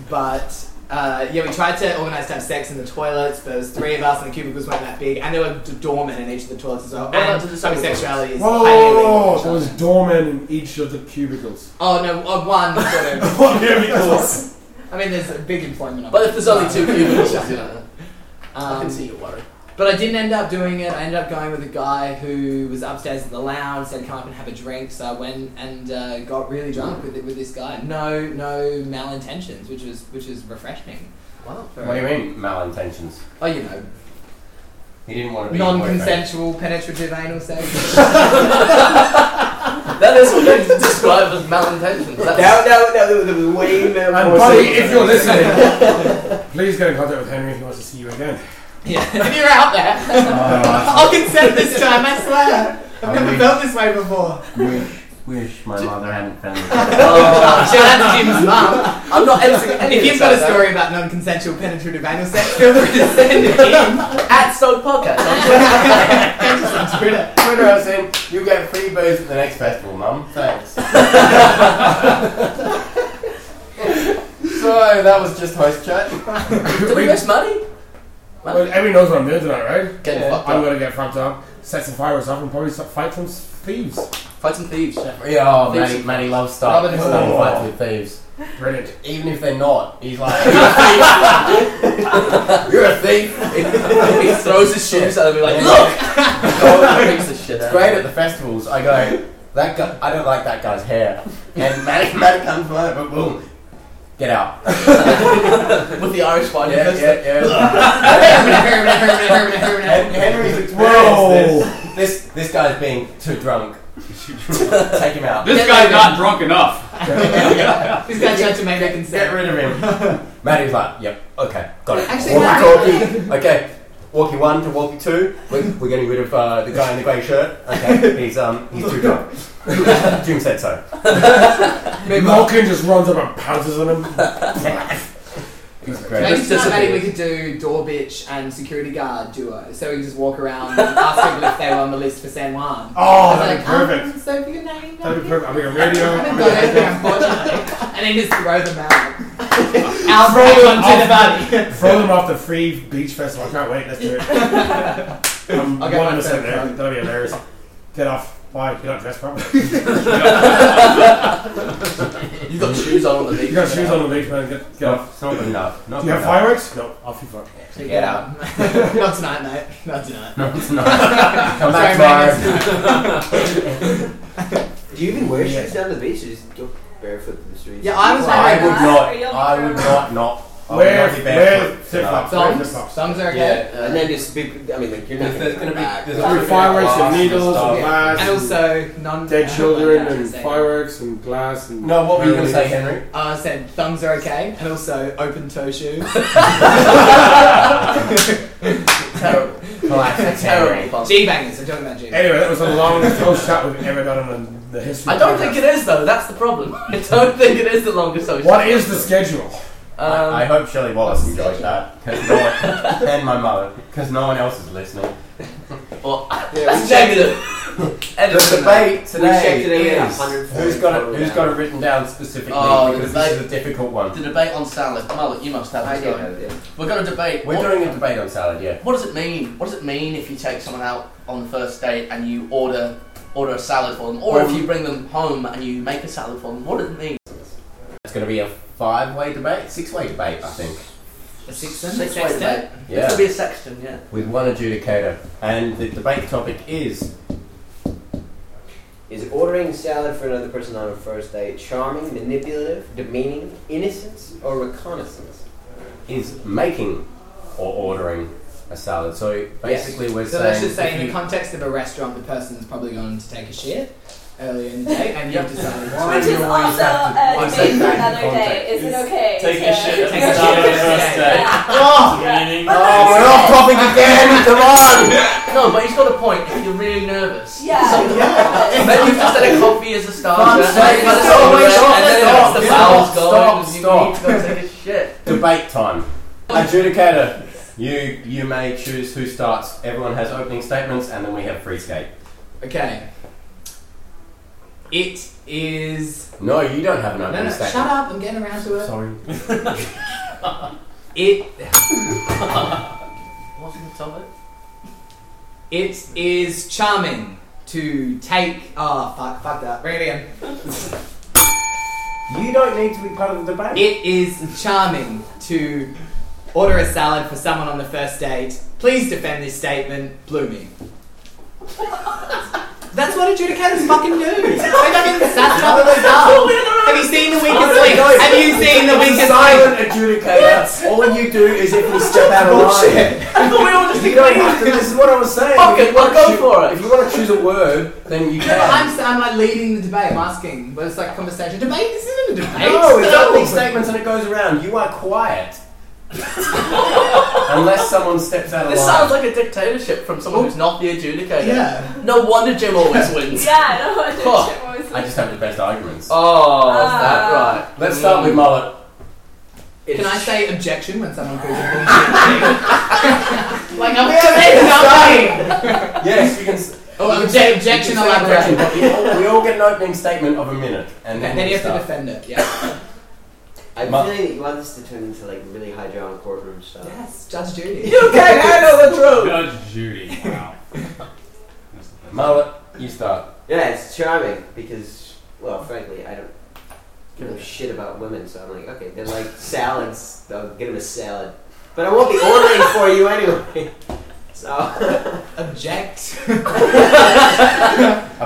but uh, yeah, we tried to organise to have sex in the toilets. There was three of us, and the cubicles weren't that big, and there were d- doormen in each of the toilets as well. What about and to the homosexuality is Whoa, highly illegal in There was China. doormen in each of the cubicles. Oh no, uh, one sort of. What cubicles? I mean, there's a big employment. But if there's only two cubicles, you opportunity. know, I can um, see your worry. But I didn't end up doing it. I ended up going with a guy who was upstairs in the lounge, said, come up and have a drink. So I went and uh, got really drunk with, with this guy. No, no malintentions, which was which is refreshing. Wow. For- what do you mean malintentions? Oh, you know, He didn't want to be your non-consensual penetrative anal sex. That is what they describe as malintentions. That's, Now, now, now, there was- there was way more. And buddy, if you're listening, please get in contact with Henry if he wants to see you again. Oh, yeah, if you're out there, I'll consent this time. I swear. I've never felt this way before. wish, wish my mother hadn't found me. Shout out to Oh, Jim's mum. I'm not editing any If of you've this got a out. story about non-consensual penetrative anal sex, feel free to send it in. At Stone Podcast. on Twitter. Twitter, Twitter has said you get free booze at the next festival, Mum. Thanks. so that was just host chat. Did we miss money? Well, everyone knows what I'm doing tonight, right? Getting Yeah. fucked I'm up. gonna get fucked up, set some fireworks off, and probably start fight some thieves. Fight some thieves. Yeah, oh, Matty, Matty loves stuff. Robin Hood. Stuff fights with thieves, Brilliant. even if they're not. He's like, "You're a thief." you're a thief. he throws his shoes at them and be like, look! Oh, he freaks the shit It's out. great at the festivals. I go, that guy. I don't like that guy's hair. And Matty, Matty comes over, boom, get out. With the Irish one. Yeah, yeah, yeah. Hen- Henry's Whoa. experienced this. This this guy's being too drunk. Take him out. This Get guy's rid of not drunk enough. This guy tried to make a Get consent. rid of him. Matty's like, yep, okay, got it. Actually, walkie talkie. Okay, walkie one to walkie two. We're, we're getting rid of uh, the guy in the grey shirt. Okay, he's um he's too drunk. Jim said so. Malkin just runs up and pounces on him. He's Maybe great. tonight, maybe we could do door bitch and security guard duo. So we can just walk around and ask people if they were on the list for San Juan. Oh, I was that'd be like, um, perfect. so for your name, That'd that'd be perfect. I'll be on radio. I I'll haven't be got on anything, everything. unfortunately. And then just throw them out. I'll Throw throw them them to the off. body. Throw them off the free beach festival. I can't wait. Let's do it. I'm I'll get one my phone. percent there. That'll be hilarious. Get off. Why? You're not dressed properly. You've got shoes on on the beach. you got shoes on the beach, man. Get, get off. It's not good enough. Not Do you good have fireworks? No. Off you fuck. Get out. Not tonight, mate. Not tonight. enough. No, it's not. Come Sorry, back mate, tomorrow. Do you even wear Yeah. shoes down to the beach or just go barefoot to the streets? Yeah, I was Well, I wearing would Or not. you'll I be would thrown not not. I would Where- not be where barefoot. flip No. flops? thongs. flip-flops. Thongs are okay. Yeah. and then just be, I mean, like, you're not If there's turn gonna be back. there's There'll gonna be be fireworks glass and needles stuff. and glass. And also non Dead uh, children non- and say- fireworks and glass and. No, what were you gonna say, Really? Henry? Uh, I said thumbs are okay, and also open toe shoes. Terrible. Classic Henry. Terrible. G bangers. I'm talking about G. Anyway, that was the longest close chat we've ever done on the history. I of don't the think it is though. That's the problem. I don't think it is the longest podcast. social. What is the schedule? Um, I, I hope Shelley Wallace enjoyed that. 'cause no one, and my mother, because no one else is listening. well, Yeah, let's check it. Edit The it out. debate we, we checked today it out. is who's got it, who's got it written down specifically Oh, the because debate. this is a difficult one. The debate on salad. Marla, you must have I this do going. have it. We're going to debate. We're what- doing a debate on salad, yeah. What does it mean? What does it mean if you take someone out on the first date and you order order a salad for them, or if you bring them home and you make a salad for them? What does it mean? It's going to be a five-way debate, six-way debate, I think. A sixteen? Six way Sextet? debate. It's Yeah, gonna be a sexton, yeah. with one adjudicator, and the debate topic is Is ordering salad for another person on a first date charming, manipulative, demeaning, innocence, or reconnaissance? is making or ordering a salad. So basically, we're So saying let's just say, if in the you- context of a restaurant, the person's probably gone to take a shit earlier in the day, and you've decided Why Which do is you always also have to- why a is debate for that back in another day. context? Is it okay? Taking to- a shit at Take a the start of the shit. first Yeah. date. Meaning, Oh, we're off topic again! Come on! No, but he's got a point. If you're really nervous, Yeah. Something- Yeah. Maybe you've just had a coffee as a starter, and Fuck's sake, then stop, it's stop, and then stop, it's the stop, flowers stop, gone, and you stop. need to go take a shit. Debate time. Adjudicator, you you may choose who starts. Everyone has opening statements, and then we have free skate. Okay. It is. No, you don't have an No, opening no, shut statement. up! I'm getting around to it. Sorry. It What's in the top of it? it is charming to take. Ah, fuck, fuck that. Bring it again. You don't need to be part of the debate. It is charming to order a salad for someone on the first date. Please defend this statement, blooming. That's what adjudicators fucking do. They fucking snatch up the stuff. Have you seen the weakest link? Have you seen the weakest link? silent adjudicator. All you do is if we step out of line. Bullshit. I thought we all just You don't have to. This is what I was saying. Fuck it, If you wanna well, go choo- for it. If you want to choose a word, then you No, but I'm, s- can. I'm like leading the debate. I'm asking, but it's like conversation. Debate? This isn't a debate. No, it's opening statements and it goes around. You are quiet. Unless someone steps out of This line. sounds like a dictatorship from someone who's not the adjudicator. Yeah. No wonder Jim always wins. Yeah, I don't want to Huh. shit more I just have the best arguments. Oh, Ah. is that right? Mm. Let's start with mullet. Can I say objection when someone calls a bullshit? like, I'm committed, Yes, you can. s- Oh, obje- objection you can say objection, elaborate. but we all- we all get an opening statement of a minute, and then, And then we you have to start. defend it, yeah. I'm Ma- feeling that you want this to turn into like really high drama courtroom stuff. Yes, Judge Judy. You can't handle the truth. Judge Judy. Wow. That's the best. Mullet, you start. Yeah, it's charming because, well, frankly, I don't give a shit about women, so I'm like, okay, they're like salads. I'll get them a salad, but I won't be ordering for you anyway. So Object. Ah.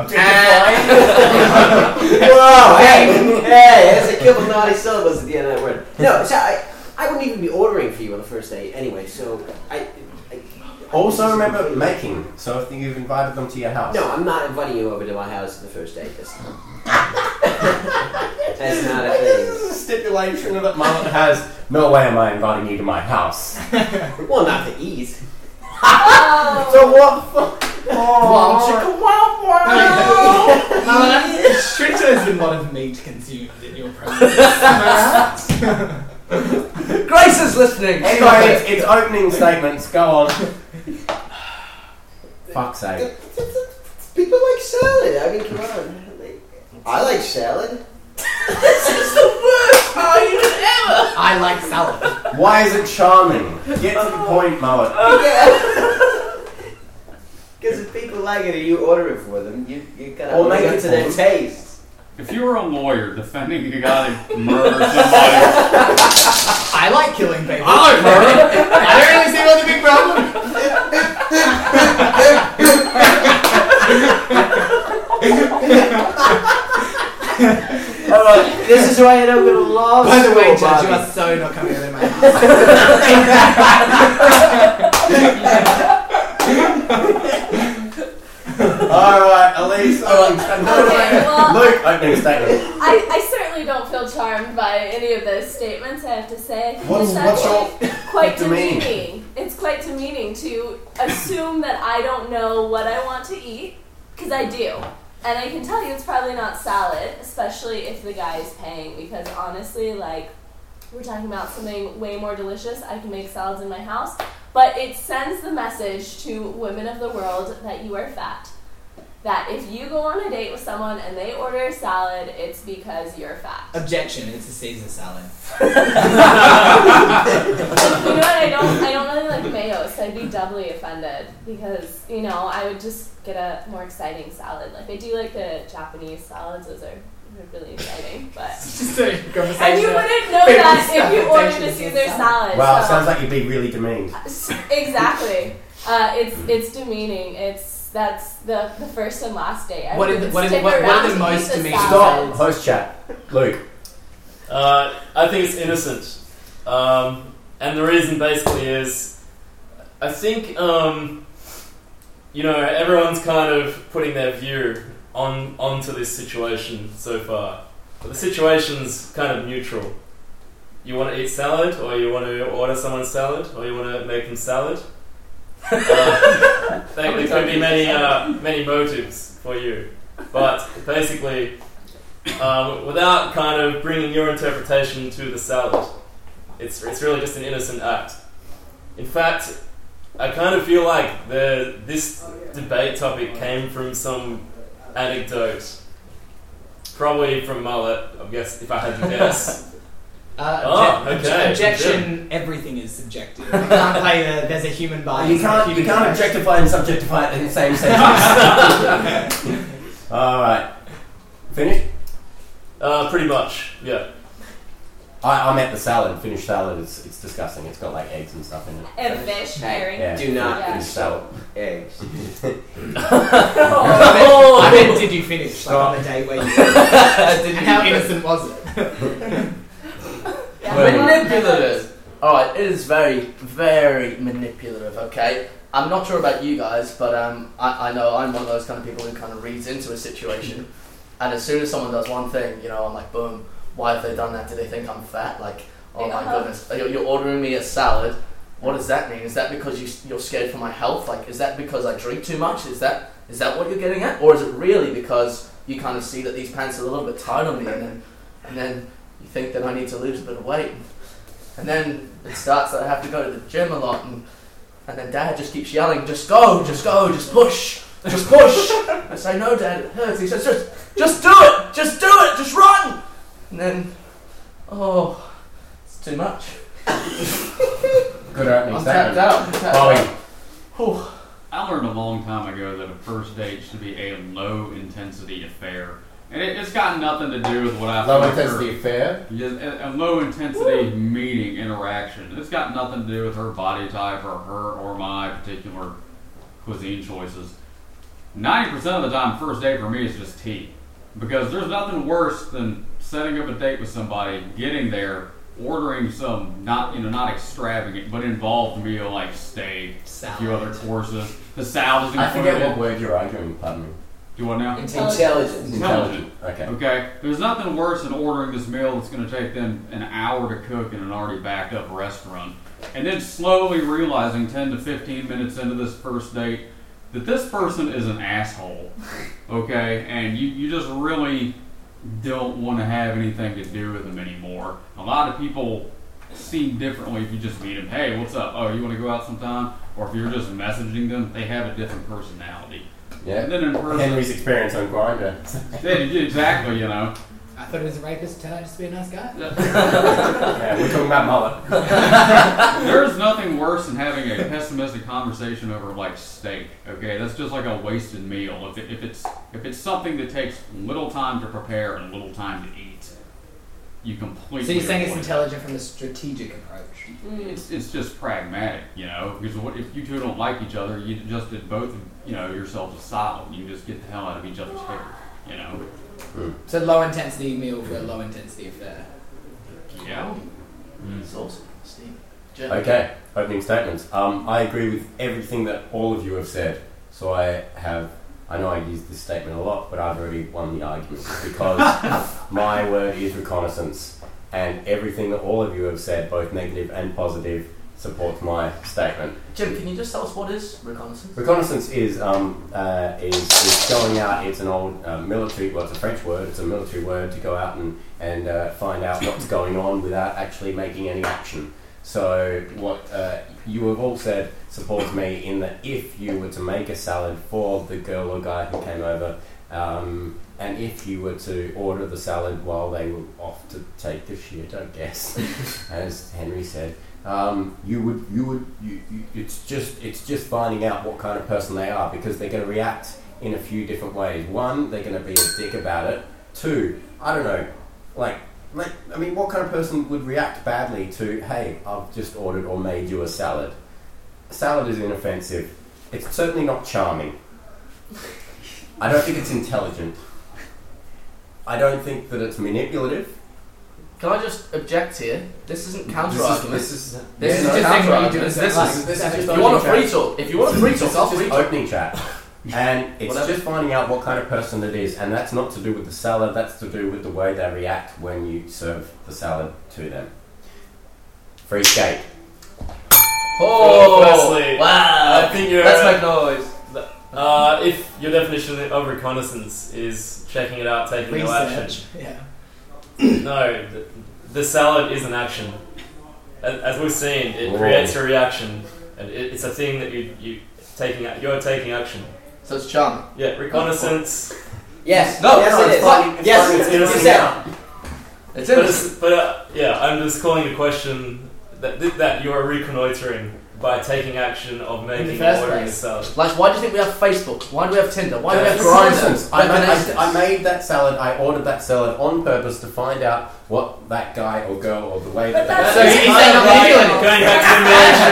Whoa, hey, hey, there's a couple naughty syllables at the end of that word. No, so I, I wouldn't even be ordering for you on the first date anyway, so I. I Also, remember making. So if you've invited them to your house, No, I'm not inviting you over to my house on the first date this time. That's not a this thing. is a stipulation that mullet has. No way am I inviting you to my house. Well, not to eat. So what? the fuck? Marlon, Stricter is a lot of meat consumed in your presence. Grace is listening. Anyway, it's, it's opening statements. Go on. Fuck's sake. People like salad. I mean, come on. Like, I like salad. I like salad. Why is it charming? Get to the point, mullet. Yeah. Because if people like it and you order it for them, you, you kind Or of make make it it to their for taste. If you were a lawyer defending a guy that murdered somebody, I like killing people. I like murder. I don't really see what the big problem. Alright, this is why I don't go to law By the way, school, Judge, you Bobby. are so not coming out of my house. Alright, Elise. I'm, Okay, well, Luke, opening statement. I, I certainly don't feel charmed by any of those statements, I have to say. I think What's- it's what's your- actually quite demeaning? demeaning. It's quite demeaning to assume that I don't know what I want to eat, because I do. And I can tell you it's probably not salad, especially if the guy is paying, because honestly, like, we're talking about something way more delicious. I can make salads in my house. But it sends the message to women of the world that you are fat that if you go on a date with someone and they order a salad, it's because you're fat. you Objection, it's a Caesar salad. know what? I don't. I don't really like mayo, so I'd be doubly offended because you know I would just get a more exciting salad. Like I do like the Japanese salads; those are really exciting. But Just a conversation. and you wouldn't know Famous that if you ordered a salad. Caesar salad. Wow, it so- sounds like you'd be really uh, demeaned. exactly. Uh, it's it's demeaning. It's that's the, the first and last date. I What are the- wouldn't what are the- stick what- what are the around to eat most demeaning salad. Stop, host chat. Luke. Uh, I think it's innocent. Um, and the reason basically is I think, um, you know, everyone's kind of putting their view on onto this situation so far. But the situation's kind of neutral. You want to eat salad, or you want to order someone's salad, or you want to make them salad. uh, there there could be many, uh, many motives for you. But basically, um, without kind of bringing your interpretation to the salad. It's, it's really just an innocent act. In fact, I kind of feel like the, this debate topic came from some anecdote. Probably from Mullet, I guess, if I had to guess. Uh, Oh, obje- okay, Objection, everything is subjective. You can't play the, there's a human bias. You can't, human you can't bias. objectify and subjectify it in the same sentence. Alright. Finished? uh, pretty much, yeah. I, I meant the salad. Finished salad is it's disgusting. It's got like eggs and stuff in it. And fish, herring. Yeah. Do not Yeah. Finished salad. eggs. I meant, did you finish? Like on the day where you. and how innocent was it? Yeah. Manipulative. Alright, it is very, very manipulative, okay? I'm not sure about you guys, but um, I, I know I'm one of those kind of people who kind of reads into a situation. And as soon as someone does one thing, you know, I'm like, boom, why have they done that? Do they think I'm fat? Like, oh my Uh-huh. goodness, you're, you're ordering me a salad. What does that mean? Is that because you, you're scared for my health? Like, is that because I drink too much? Is that is that what you're getting at? Or is it really because you kind of see that these pants are a little bit tight on me and then, and then you think that I need to lose a bit of weight? And then it starts that I have to go to the gym a lot, and, and then dad just keeps yelling, just go, just go, just push, just push. I say, no, dad, it hurts. He says, just, just do it, just do it, just run. And then, oh, it's too much. Good opening I'm tapped statement. out. I'm tapped Bowie. out. Whew. I learned a long time ago that a first date should be a low intensity affair. And it, it's got nothing to do with what I Low feel intensity affair. Yes, a, a low intensity meeting interaction. It's got nothing to do with her body type or her or my particular cuisine choices. 90% of the time, first date for me is just tea. Because there's nothing worse than setting up a date with somebody, getting there, ordering some not you know not extravagant but involved meal like steak, a few other Salad. courses. The salad is I included. forget what word you're arguing. Pardon me. Do you want now? Intelligence. Intelligent. Okay. Okay, there's nothing worse than ordering this meal that's going to take them an hour to cook in an already backed up restaurant, and then slowly realizing 10 to 15 minutes into this first date that this person is an asshole. Okay, and you, you just really don't want to have anything to do with them anymore. A lot of people seem differently if you just meet them. Hey, what's up? Oh, you want to go out sometime? Or if you're just messaging them, they have a different personality. Yeah. And then in person, Henry's experience on Grinder. yeah, you- exactly, you know. I thought it was a rapist. Turned out just to be a nice guy. Yeah, we're talking about mullet. There's nothing worse than having a pessimistic conversation over like steak. Okay, that's just like a wasted meal. If, it, if it's if it's something that takes little time to prepare and little time to eat, you completely. So you're saying it's avoid it. intelligent from a strategic approach. It's, it's just pragmatic, you know. Because what, if you two don't like each other, you just did both, you know, yourselves aside. You just get the hell out of each other's hair, you know. So low intensity meal for a low intensity affair. Oh. Yeah. It's awesome, Steve. Jim. Mm. Okay, opening statements. Um, I agree with everything that all of you have said. So I have, I know I use this statement a lot, but I've already won the argument because my word is reconnaissance. And everything that all of you have said, both negative and positive, supports my statement. Jim, can you just tell us what is reconnaissance? Reconnaissance is um, uh, is, is going out. It's an old uh, military. Well, it's a French word. It's a military word to go out and and uh, find out what's going on without actually making any action. So what uh, you have all said supports me in that if you were to make a salad for the girl or guy who came over, um, and if you were to order the salad while they were off to take the shit, I guess, as Henry said um, you would you would you, you, it's just it's just finding out what kind of person they are because they're going to react in a few different ways. One, they're going to be a dick about it. Two, I don't know, like like I mean, what kind of person would react badly to hey, I've just ordered or made you a salad? Salad is inoffensive. It's certainly not charming. I don't think it's intelligent. I don't think that it's manipulative. Can I just object here? This isn't counter This is, argument. this is This is no, just counter saying what you do arguments. is This like- is- this is just If you want a argument. free talk, if you want a free talk, It's I'll just free talk. opening chat. And it's Whatever. just finding out what kind of person it is, and that's not to do with the salad. That's to do with the way they react when you serve the salad to them. Free skate. Oh, Firstly, wow. I think you're- Let's make noise. Uh, if your definition of reconnaissance is checking it out, taking no action, Research. Yeah. no, the, the salad is an action. As, as we've seen, it Whoa. creates a reaction, and it, it's a thing that you you taking a- you're taking action. So it's charming. Yeah, reconnaissance. Yes. No, yes, no, it it's is. fine. It's yes, fine. it's It's it's innocent. out. It's But, in it's, but uh, yeah, I'm just calling the question that that you are reconnoitering by taking action of making first ordering a place. salad. Like, why do you think we have Facebook? Why do we have Tinder? Why do we have That's Grindr? nonsense. Why I, do we have made, I, I Netflix? made that salad. I ordered that salad on purpose to find out what that guy or girl or the way that. But they- that's So he's saying I'm manipulative. Going back to the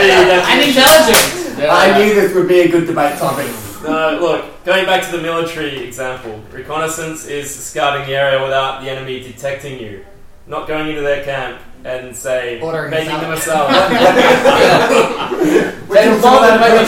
military And definition. intelligent. I knew this would be a good debate topic. No, look, going back to the military example, reconnaissance is scouting the area without the enemy detecting you. Not going into their camp and say, Ordering a making them a salad. We're Then talking about why we make no that.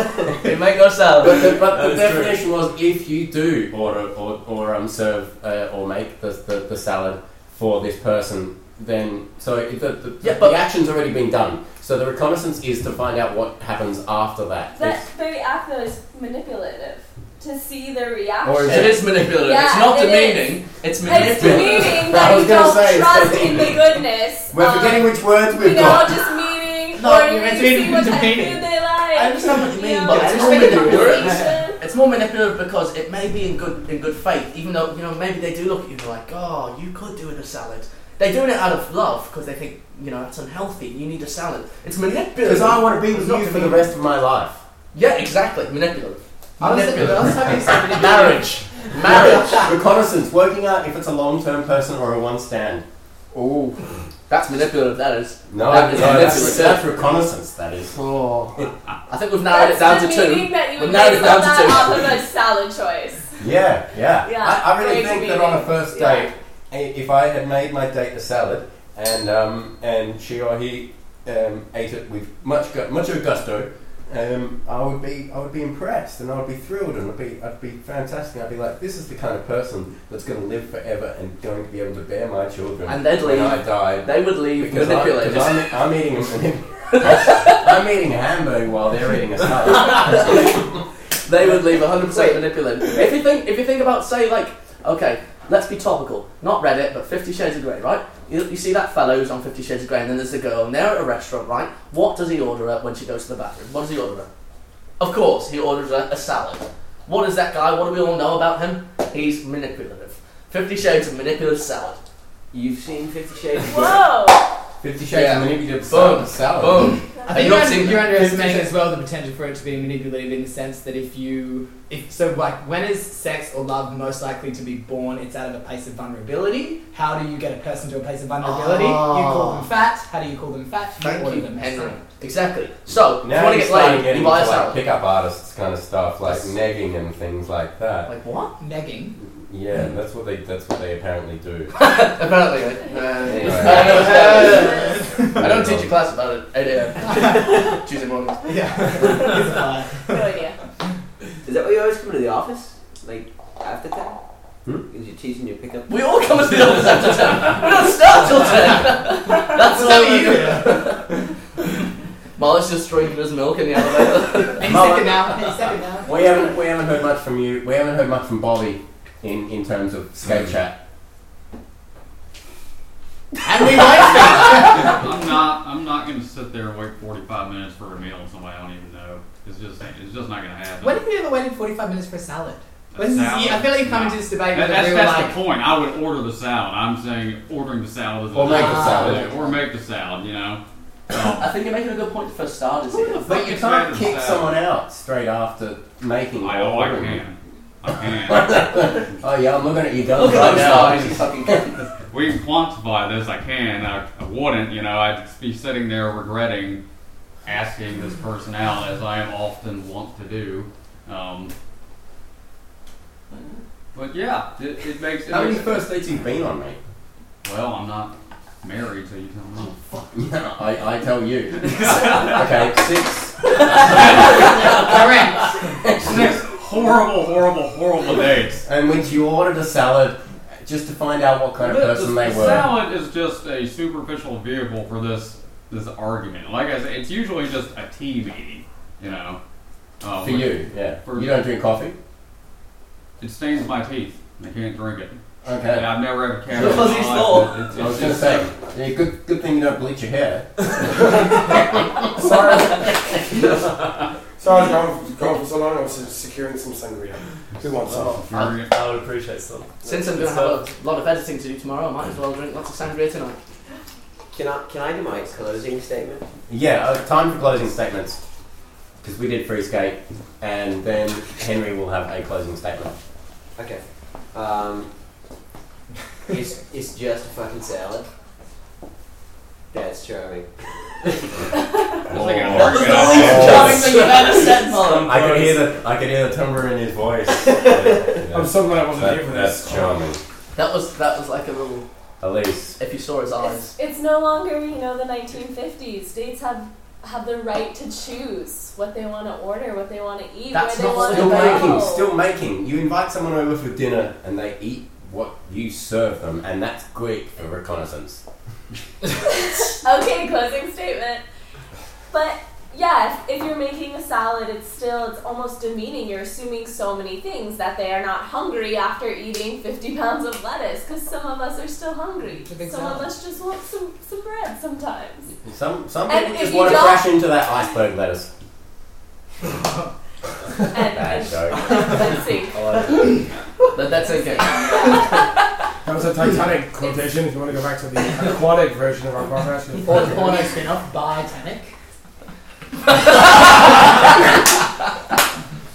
salad? We make no salad. But the, but the That is true. definition was if you do order or, or um, serve uh, or make the, the, the salad for this person, then so it, the, the, Yeah, the but- action's already been done. So the reconnaissance is to find out what happens after that. that very act though is manipulative to see the reaction. Or It is manipulative. Yeah, it's not it demeaning. It's It's manipulative. meaning I that was you gonna don't say, trust it's- in the goodness. We're of, forgetting which words You we've know, got. just meaning. No, or you're meant to see be what kind of debating. food they like. I understand what you mean, know, but it's just not making a manipulative. conversation. It's more manipulative because it may be in good in good faith, even though you know maybe they do look at you and be like, "Oh, you could do it a salad." They're doing it out of love because they think you know it's unhealthy. You need a salad. It's manipulative. Because I want to be with It's not you for the demeaning. rest of my life. Yeah, exactly. Manipulative. I was, I was hoping somebody Marriage. Marriage. Reconnaissance, working out if it's a long term person or a one stand. Oh, that's manipulative. That is. No, That is no, that's, manipulative. that's reconnaissance, that is. Oh, I think we've narrowed it down That's to the meaning two. that you We've would narrowed it base on down to that two. off of a salad choice. Yeah, yeah. Yeah, I, I really great think that meeting. on a first Yeah. date, i if I had made my date a salad and um, and she or he um, ate it with much gu- much of gusto, um, I would be I would be impressed and I would be thrilled and I'd be I'd be fantastic. I'd be like, this is the kind of person that's going to live forever and going to be able to bear my children And they'd when leave. I die. They would leave Because I, manipulated. because I'm, I'm eating I'm eating a hamburger while they're eating a salad. They would leave 100 percent Wait. manipulative. If you think, if you think about, say, like, okay, let's be topical, not Reddit, but Fifty Shades of Grey, right? You, you see that fellow who's on Fifty Shades of Grey, and then there's a girl, and they're at a restaurant, right? What does he order her when she goes to the bathroom? What does he order her? Of course, he orders her a salad. What is that guy? What do we all know about him? He's manipulative. Fifty Shades of Manipulative Salad. You've seen Fifty Shades of Grey? Whoa! Fifty Shades Yeah. of Manipulative Boom. Sal- Salad. Boom. I Have think you you're, not under- seen you're underestimating Fifty as well the potential for it to be manipulative in the sense that if you if so like when is sex or love most likely to be born? It's out of a place of vulnerability. How do you get a person to a place of vulnerability? You call them fat. How do you call them fat? Oh. Thank order you, them Henry. fat. Exactly. So, if you Now want you're to get laid, starting you getting into buy a like salad. pickup artists kind of stuff, like That's- negging and things like that. Like what? Negging. Yeah, that's what they that's what they apparently do. Apparently. like, uh, Anyway. I don't- I don't teach a class about it. 8 a.m. Tuesday morning. Yeah. No idea. Is that why you always come to the office? Like after ten? Hmm? Because you're teasing your pickup. We all come to the office after 10. We don't start till 10. That's how you. Molly's just drinking his milk in the elevator. Any second now. Any second now. We haven't we haven't heard much from you. We haven't heard much from Bobby in, in terms of skate chat. And we might I'm not. I'm not going to sit there and wait 45 minutes for a meal with somebody I don't even know. It's just. It's just not going to happen. When have we ever waited 45 minutes for a salad? A When is this, salad? I feel like you come No. into this debate That- with a that's real that's like. the point. I would order the salad. I'm saying ordering the salad is Or make the salad. Or make the salad. You know. I think you're making a good point for starters here. But you It's can't random kick salad. someone out straight after making. I, it. oh, I can. I can. Oh yeah, I'm looking at you Look guns at right those now. stars, you fucking cunt. we can quantify this. I can. I, I wouldn't. You know, I'd be sitting there regretting asking this person out, as I am often wont to do. Um, but yeah, it, it makes. It How many makes first dates you've been on, mate? well, I'm not married, so you tell me. Oh, Yeah, I, I tell you. okay, six. Correct. Six horrible, horrible, horrible Oh, dates. And when you ordered a salad, just to find out what kind of person the, they the were. salad is just a superficial vehicle for this this argument. Like I said, it's usually just a tea meeting, you know. Uh, For which- you, yeah. For- you don't drink coffee? It stains my teeth. I can't drink it. And Okay. I've never had a cat. in Because my he's life. full. It- it's I was gonna just- say, yeah, good, good thing you don't bleach your hair. Sorry. So I was gone, gone for so long, I was securing some sangria. Who wants some? Very- Oh, I would appreciate some. Since I'm going to have a lot of editing to do tomorrow, I might as well drink lots of sangria tonight. Can I can I do my closing statement? Yeah, uh, time for closing statements. Because we did free skate, and then Henry will have a closing statement. Okay. Um, it's it's just a fucking salad. That's charming. It's like an Oh. argument. I That was had. Charming thing the you've ever said, Molly. I could hear the I could hear the timbre in his voice. Yeah. I'm so glad I wasn't here That- for this. that's charming. That was, that was like a little, Elise, if you saw his eyes. It's, it's no longer, you know, the 1950s. Dates have have the right to choose what they want to order, what they want to eat, That's where not they want to still Still go. making, still making. You invite someone over for dinner, and they eat what you serve them, and that's great for reconnaissance. okay, closing statement. But yeah, if, if you're making a salad, it's still it's almost demeaning. You're assuming so many things that they are not hungry after eating 50 pounds of lettuce because some of us are still hungry. It's a big Some of salad. us just want some, some bread sometimes. Some some And people if just you want to don't- crash into that iceberg lettuce. And, Bad and joke. let's see. Oh, That, that's okay. That was a Titanic quotation. If you want to go back to the aquatic version of our podcast, you'll Or find the it. porno spin off by Titanic.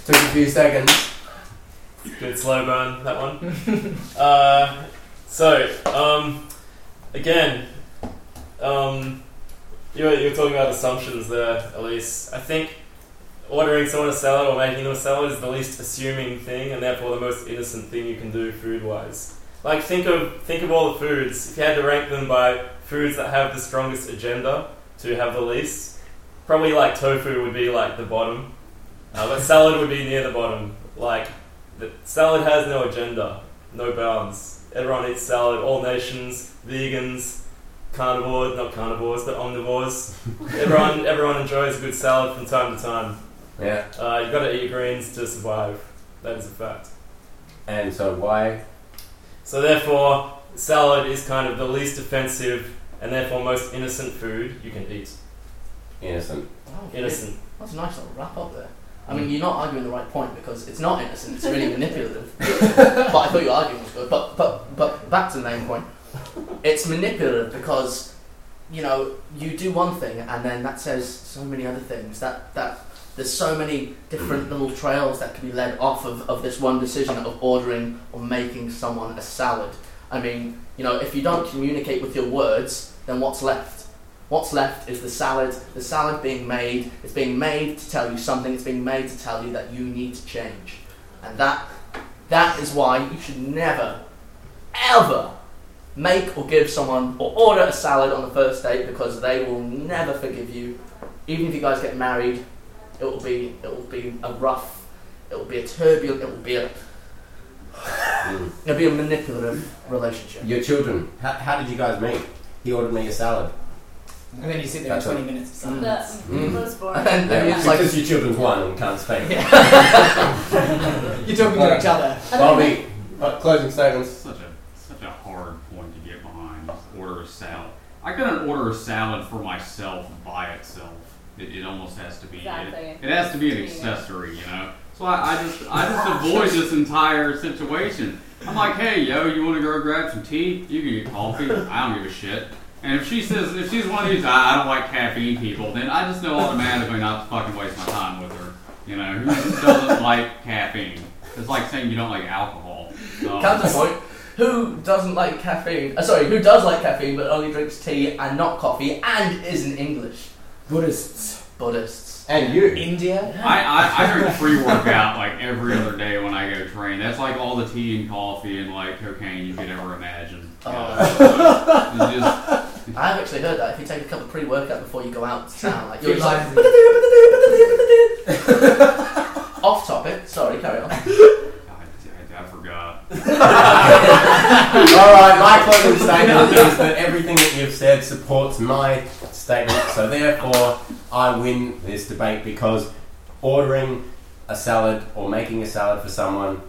Took a few seconds. Good slow burn, that one. uh, so, um, again, um, you were, you were talking about assumptions there, Elise. I think ordering someone a salad or making them a salad is the least assuming thing and therefore the most innocent thing you can do food wise. Like, think of, think of all the foods. If you had to rank them by foods that have the strongest agenda to have the least, probably like tofu would be like the bottom, uh, but salad would be near the bottom. Like, the salad has no agenda, no bounds. Everyone eats salad, all nations, vegans, carnivores, not carnivores, but omnivores. everyone, everyone enjoys a good salad from time to time. Yeah. Uh, you've got to eat your greens to survive. That is a fact. And so why? So therefore, salad is kind of the least offensive and therefore most innocent food you can eat. Innocent. Wow, Oh, Innocent. That's a nice little wrap up there. I mean, you're not arguing the right point because it's not innocent. It's really manipulative. but I thought your argument was good. But but but back to the main point. It's manipulative because you know you do one thing and then that says so many other things. That that there's so many different little trails that can be led off of, of this one decision of ordering or making someone a salad. I mean, you know, if you don't communicate with your words, then what's left? What's left is the salad. The salad being made. It's being made to tell you something. It's being made to tell you that you need to change, and that that is why you should never, ever make or give someone or order a salad on the first date because they will never forgive you. Even if you guys get married, it will be it will be a rough, it will be a turbulent, it will be a it'll be a manipulative relationship. mm. Your children. How, how did you guys meet? He ordered me a salad. And then you sit there That's for 20 minutes or something. That's Mm. most boring. And, and Yeah, it's like because your children's one and can't speak. You're talking to each other. Bobby, uh, closing statements. Such a such a hard point to get behind. just Order a salad. I couldn't order a salad for myself by itself. It, it almost has to be. Exactly. It, it has to be an accessory, you know. So I, I just I just avoid this entire situation. I'm like, hey yo, you want to go grab some tea? You can get coffee. I don't give a shit. And if she says if she's one of these I, I don't like caffeine people, then I just know automatically not to fucking waste my time with her. You know, who doesn't like caffeine? It's like saying you don't like alcohol. So- counterpoint. Who doesn't like caffeine? Uh, sorry, who does like caffeine but only drinks tea and not coffee and isn't English? Buddhists. Buddhists. And you. India. I, I, I drink pre workout like every other day when I go train. That's like all the tea and coffee and like cocaine you could ever imagine. Yeah. It's just- I've actually heard that if you take a cup of pre-workout before you go out to town, like you're Your just like life is- off topic. Sorry, carry on. I, I, I forgot. All right, my closing statement is that everything that you've said supports my statement. So therefore, I win this debate because ordering a salad or making a salad for someone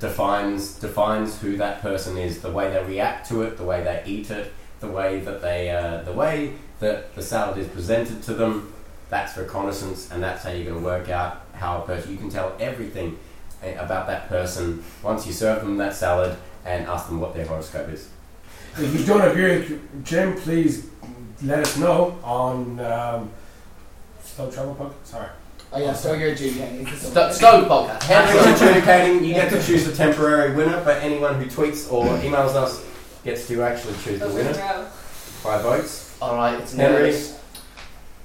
defines defines who that person is, the way they react to it, the way they eat it, the way that they uh, the way that the salad is presented to them. That's reconnaissance, and that's how you're going to work out how a person. You can tell everything eh, about that person once you serve them that salad and ask them what their horoscope is. If you don't agree with Jim, please let us know on um, Slow Travel Podcast. Sorry. Oh yeah, so you're a Jew, yeah. it's just- Sto- Stove podcast. Hendrick's adjudicating, you get to choose the temporary winner, but anyone who tweets or emails us gets to actually choose the Those are winner gross. by votes. All right, it's Henry. nervous.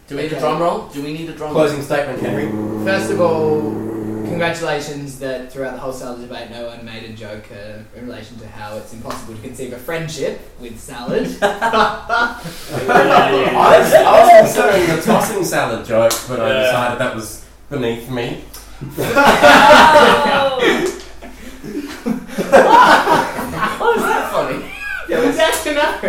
Do we need a Okay. drum roll? Do we need a drum roll? Closing statement, Henry. First of all, congratulations that throughout the whole salad debate, no one made a joke uh, in relation to how it's impossible to conceive a friendship with salad. I was, I was considering the tossing salad joke, but I Yeah. decided that was beneath me. Oh. Oh, is that funny? That's enough.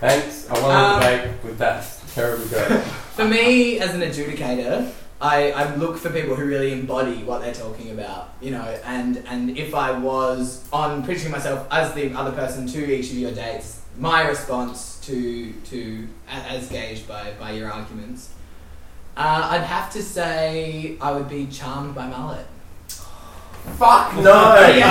Thanks. I won Um, the debate with that terrible joke. For me, as an adjudicator, I, I look for people who really embody what they're talking about, you know, and, and if I was on picturing myself as the other person to each of your dates, my response to, to a- as gauged by, by your arguments, uh, I'd have to say I would be charmed by Mullet. Fuck no!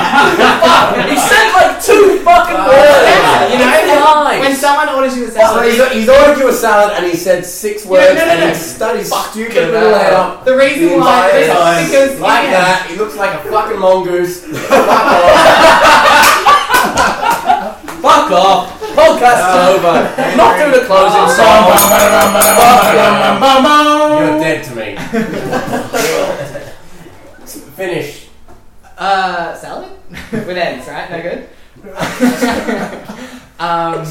He said like two fucking words. you know, Nice. when someone orders you a So salad, he's, he's ordered you a salad and he said six words no, no, and no. he's studied stupid the, little out. the reason why entire is time. because like yeah. that, he looks like a fucking mongoose. Fuck off. Podcast over. Not Oh. doing a closing song. Oh. You're dead to me. Finish. Uh, salad with eggs, right? No good. um,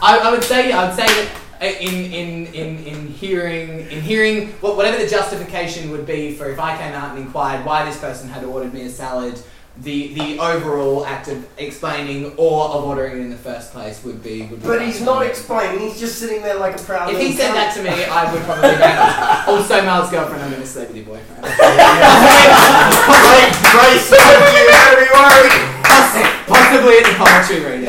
I, I would say I would say that uh, in in in in hearing in hearing what whatever the justification would be for if I came out and inquired why this person had ordered me a salad. The, the overall act of explaining or of ordering it in the first place would be would be But he's not justified. explaining, he's just sitting there like a proud if he said that to me, I would probably go. Also, Mal's girlfriend. I'm going to sleep with your boyfriend. Great, great stuff, you everybody! Possi- Possibly in the poetry reading.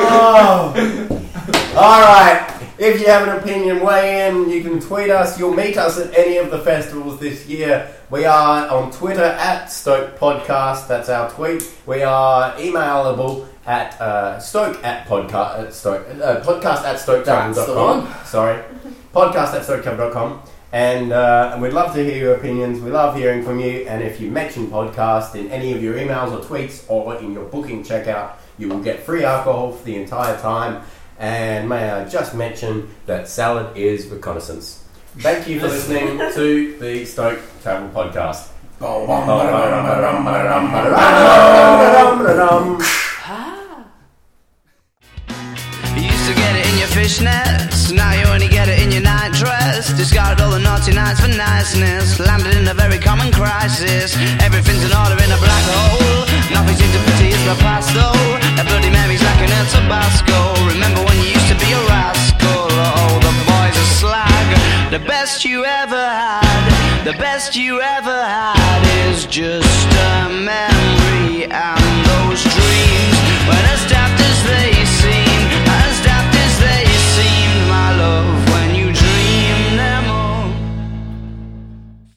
Oh. Alright, if if you have an opinion, weigh in. You can tweet us. You'll meet us at any of the festivals this year. We are on Twitter at Stoke Podcast. That's our tweet. We are emailable at uh, Stoke at podcast at Stoke uh, podcast at That's the one. stoketravel.com. Sorry, podcast at stoketravel.com. And, uh, and we'd love to hear your opinions. We love hearing from you. And if you mention podcast in any of your emails or tweets or in your booking checkout, you will get free alcohol for the entire time. And may I just mention that salad is reconnaissance. Thank you for listening to the Stoke Travel Podcast. You used to get it in your fishnets, now you only get it in your nightdress. Discarded all the naughty nights for niceness, landed in a very common crisis. Everything's in order in a black hole, nothing seems to pity is my past though. That bloody memory's like an El Tabasco. Remember when you used to be a rascal? Oh, the boys are slag. The best you ever had, the best you ever had is just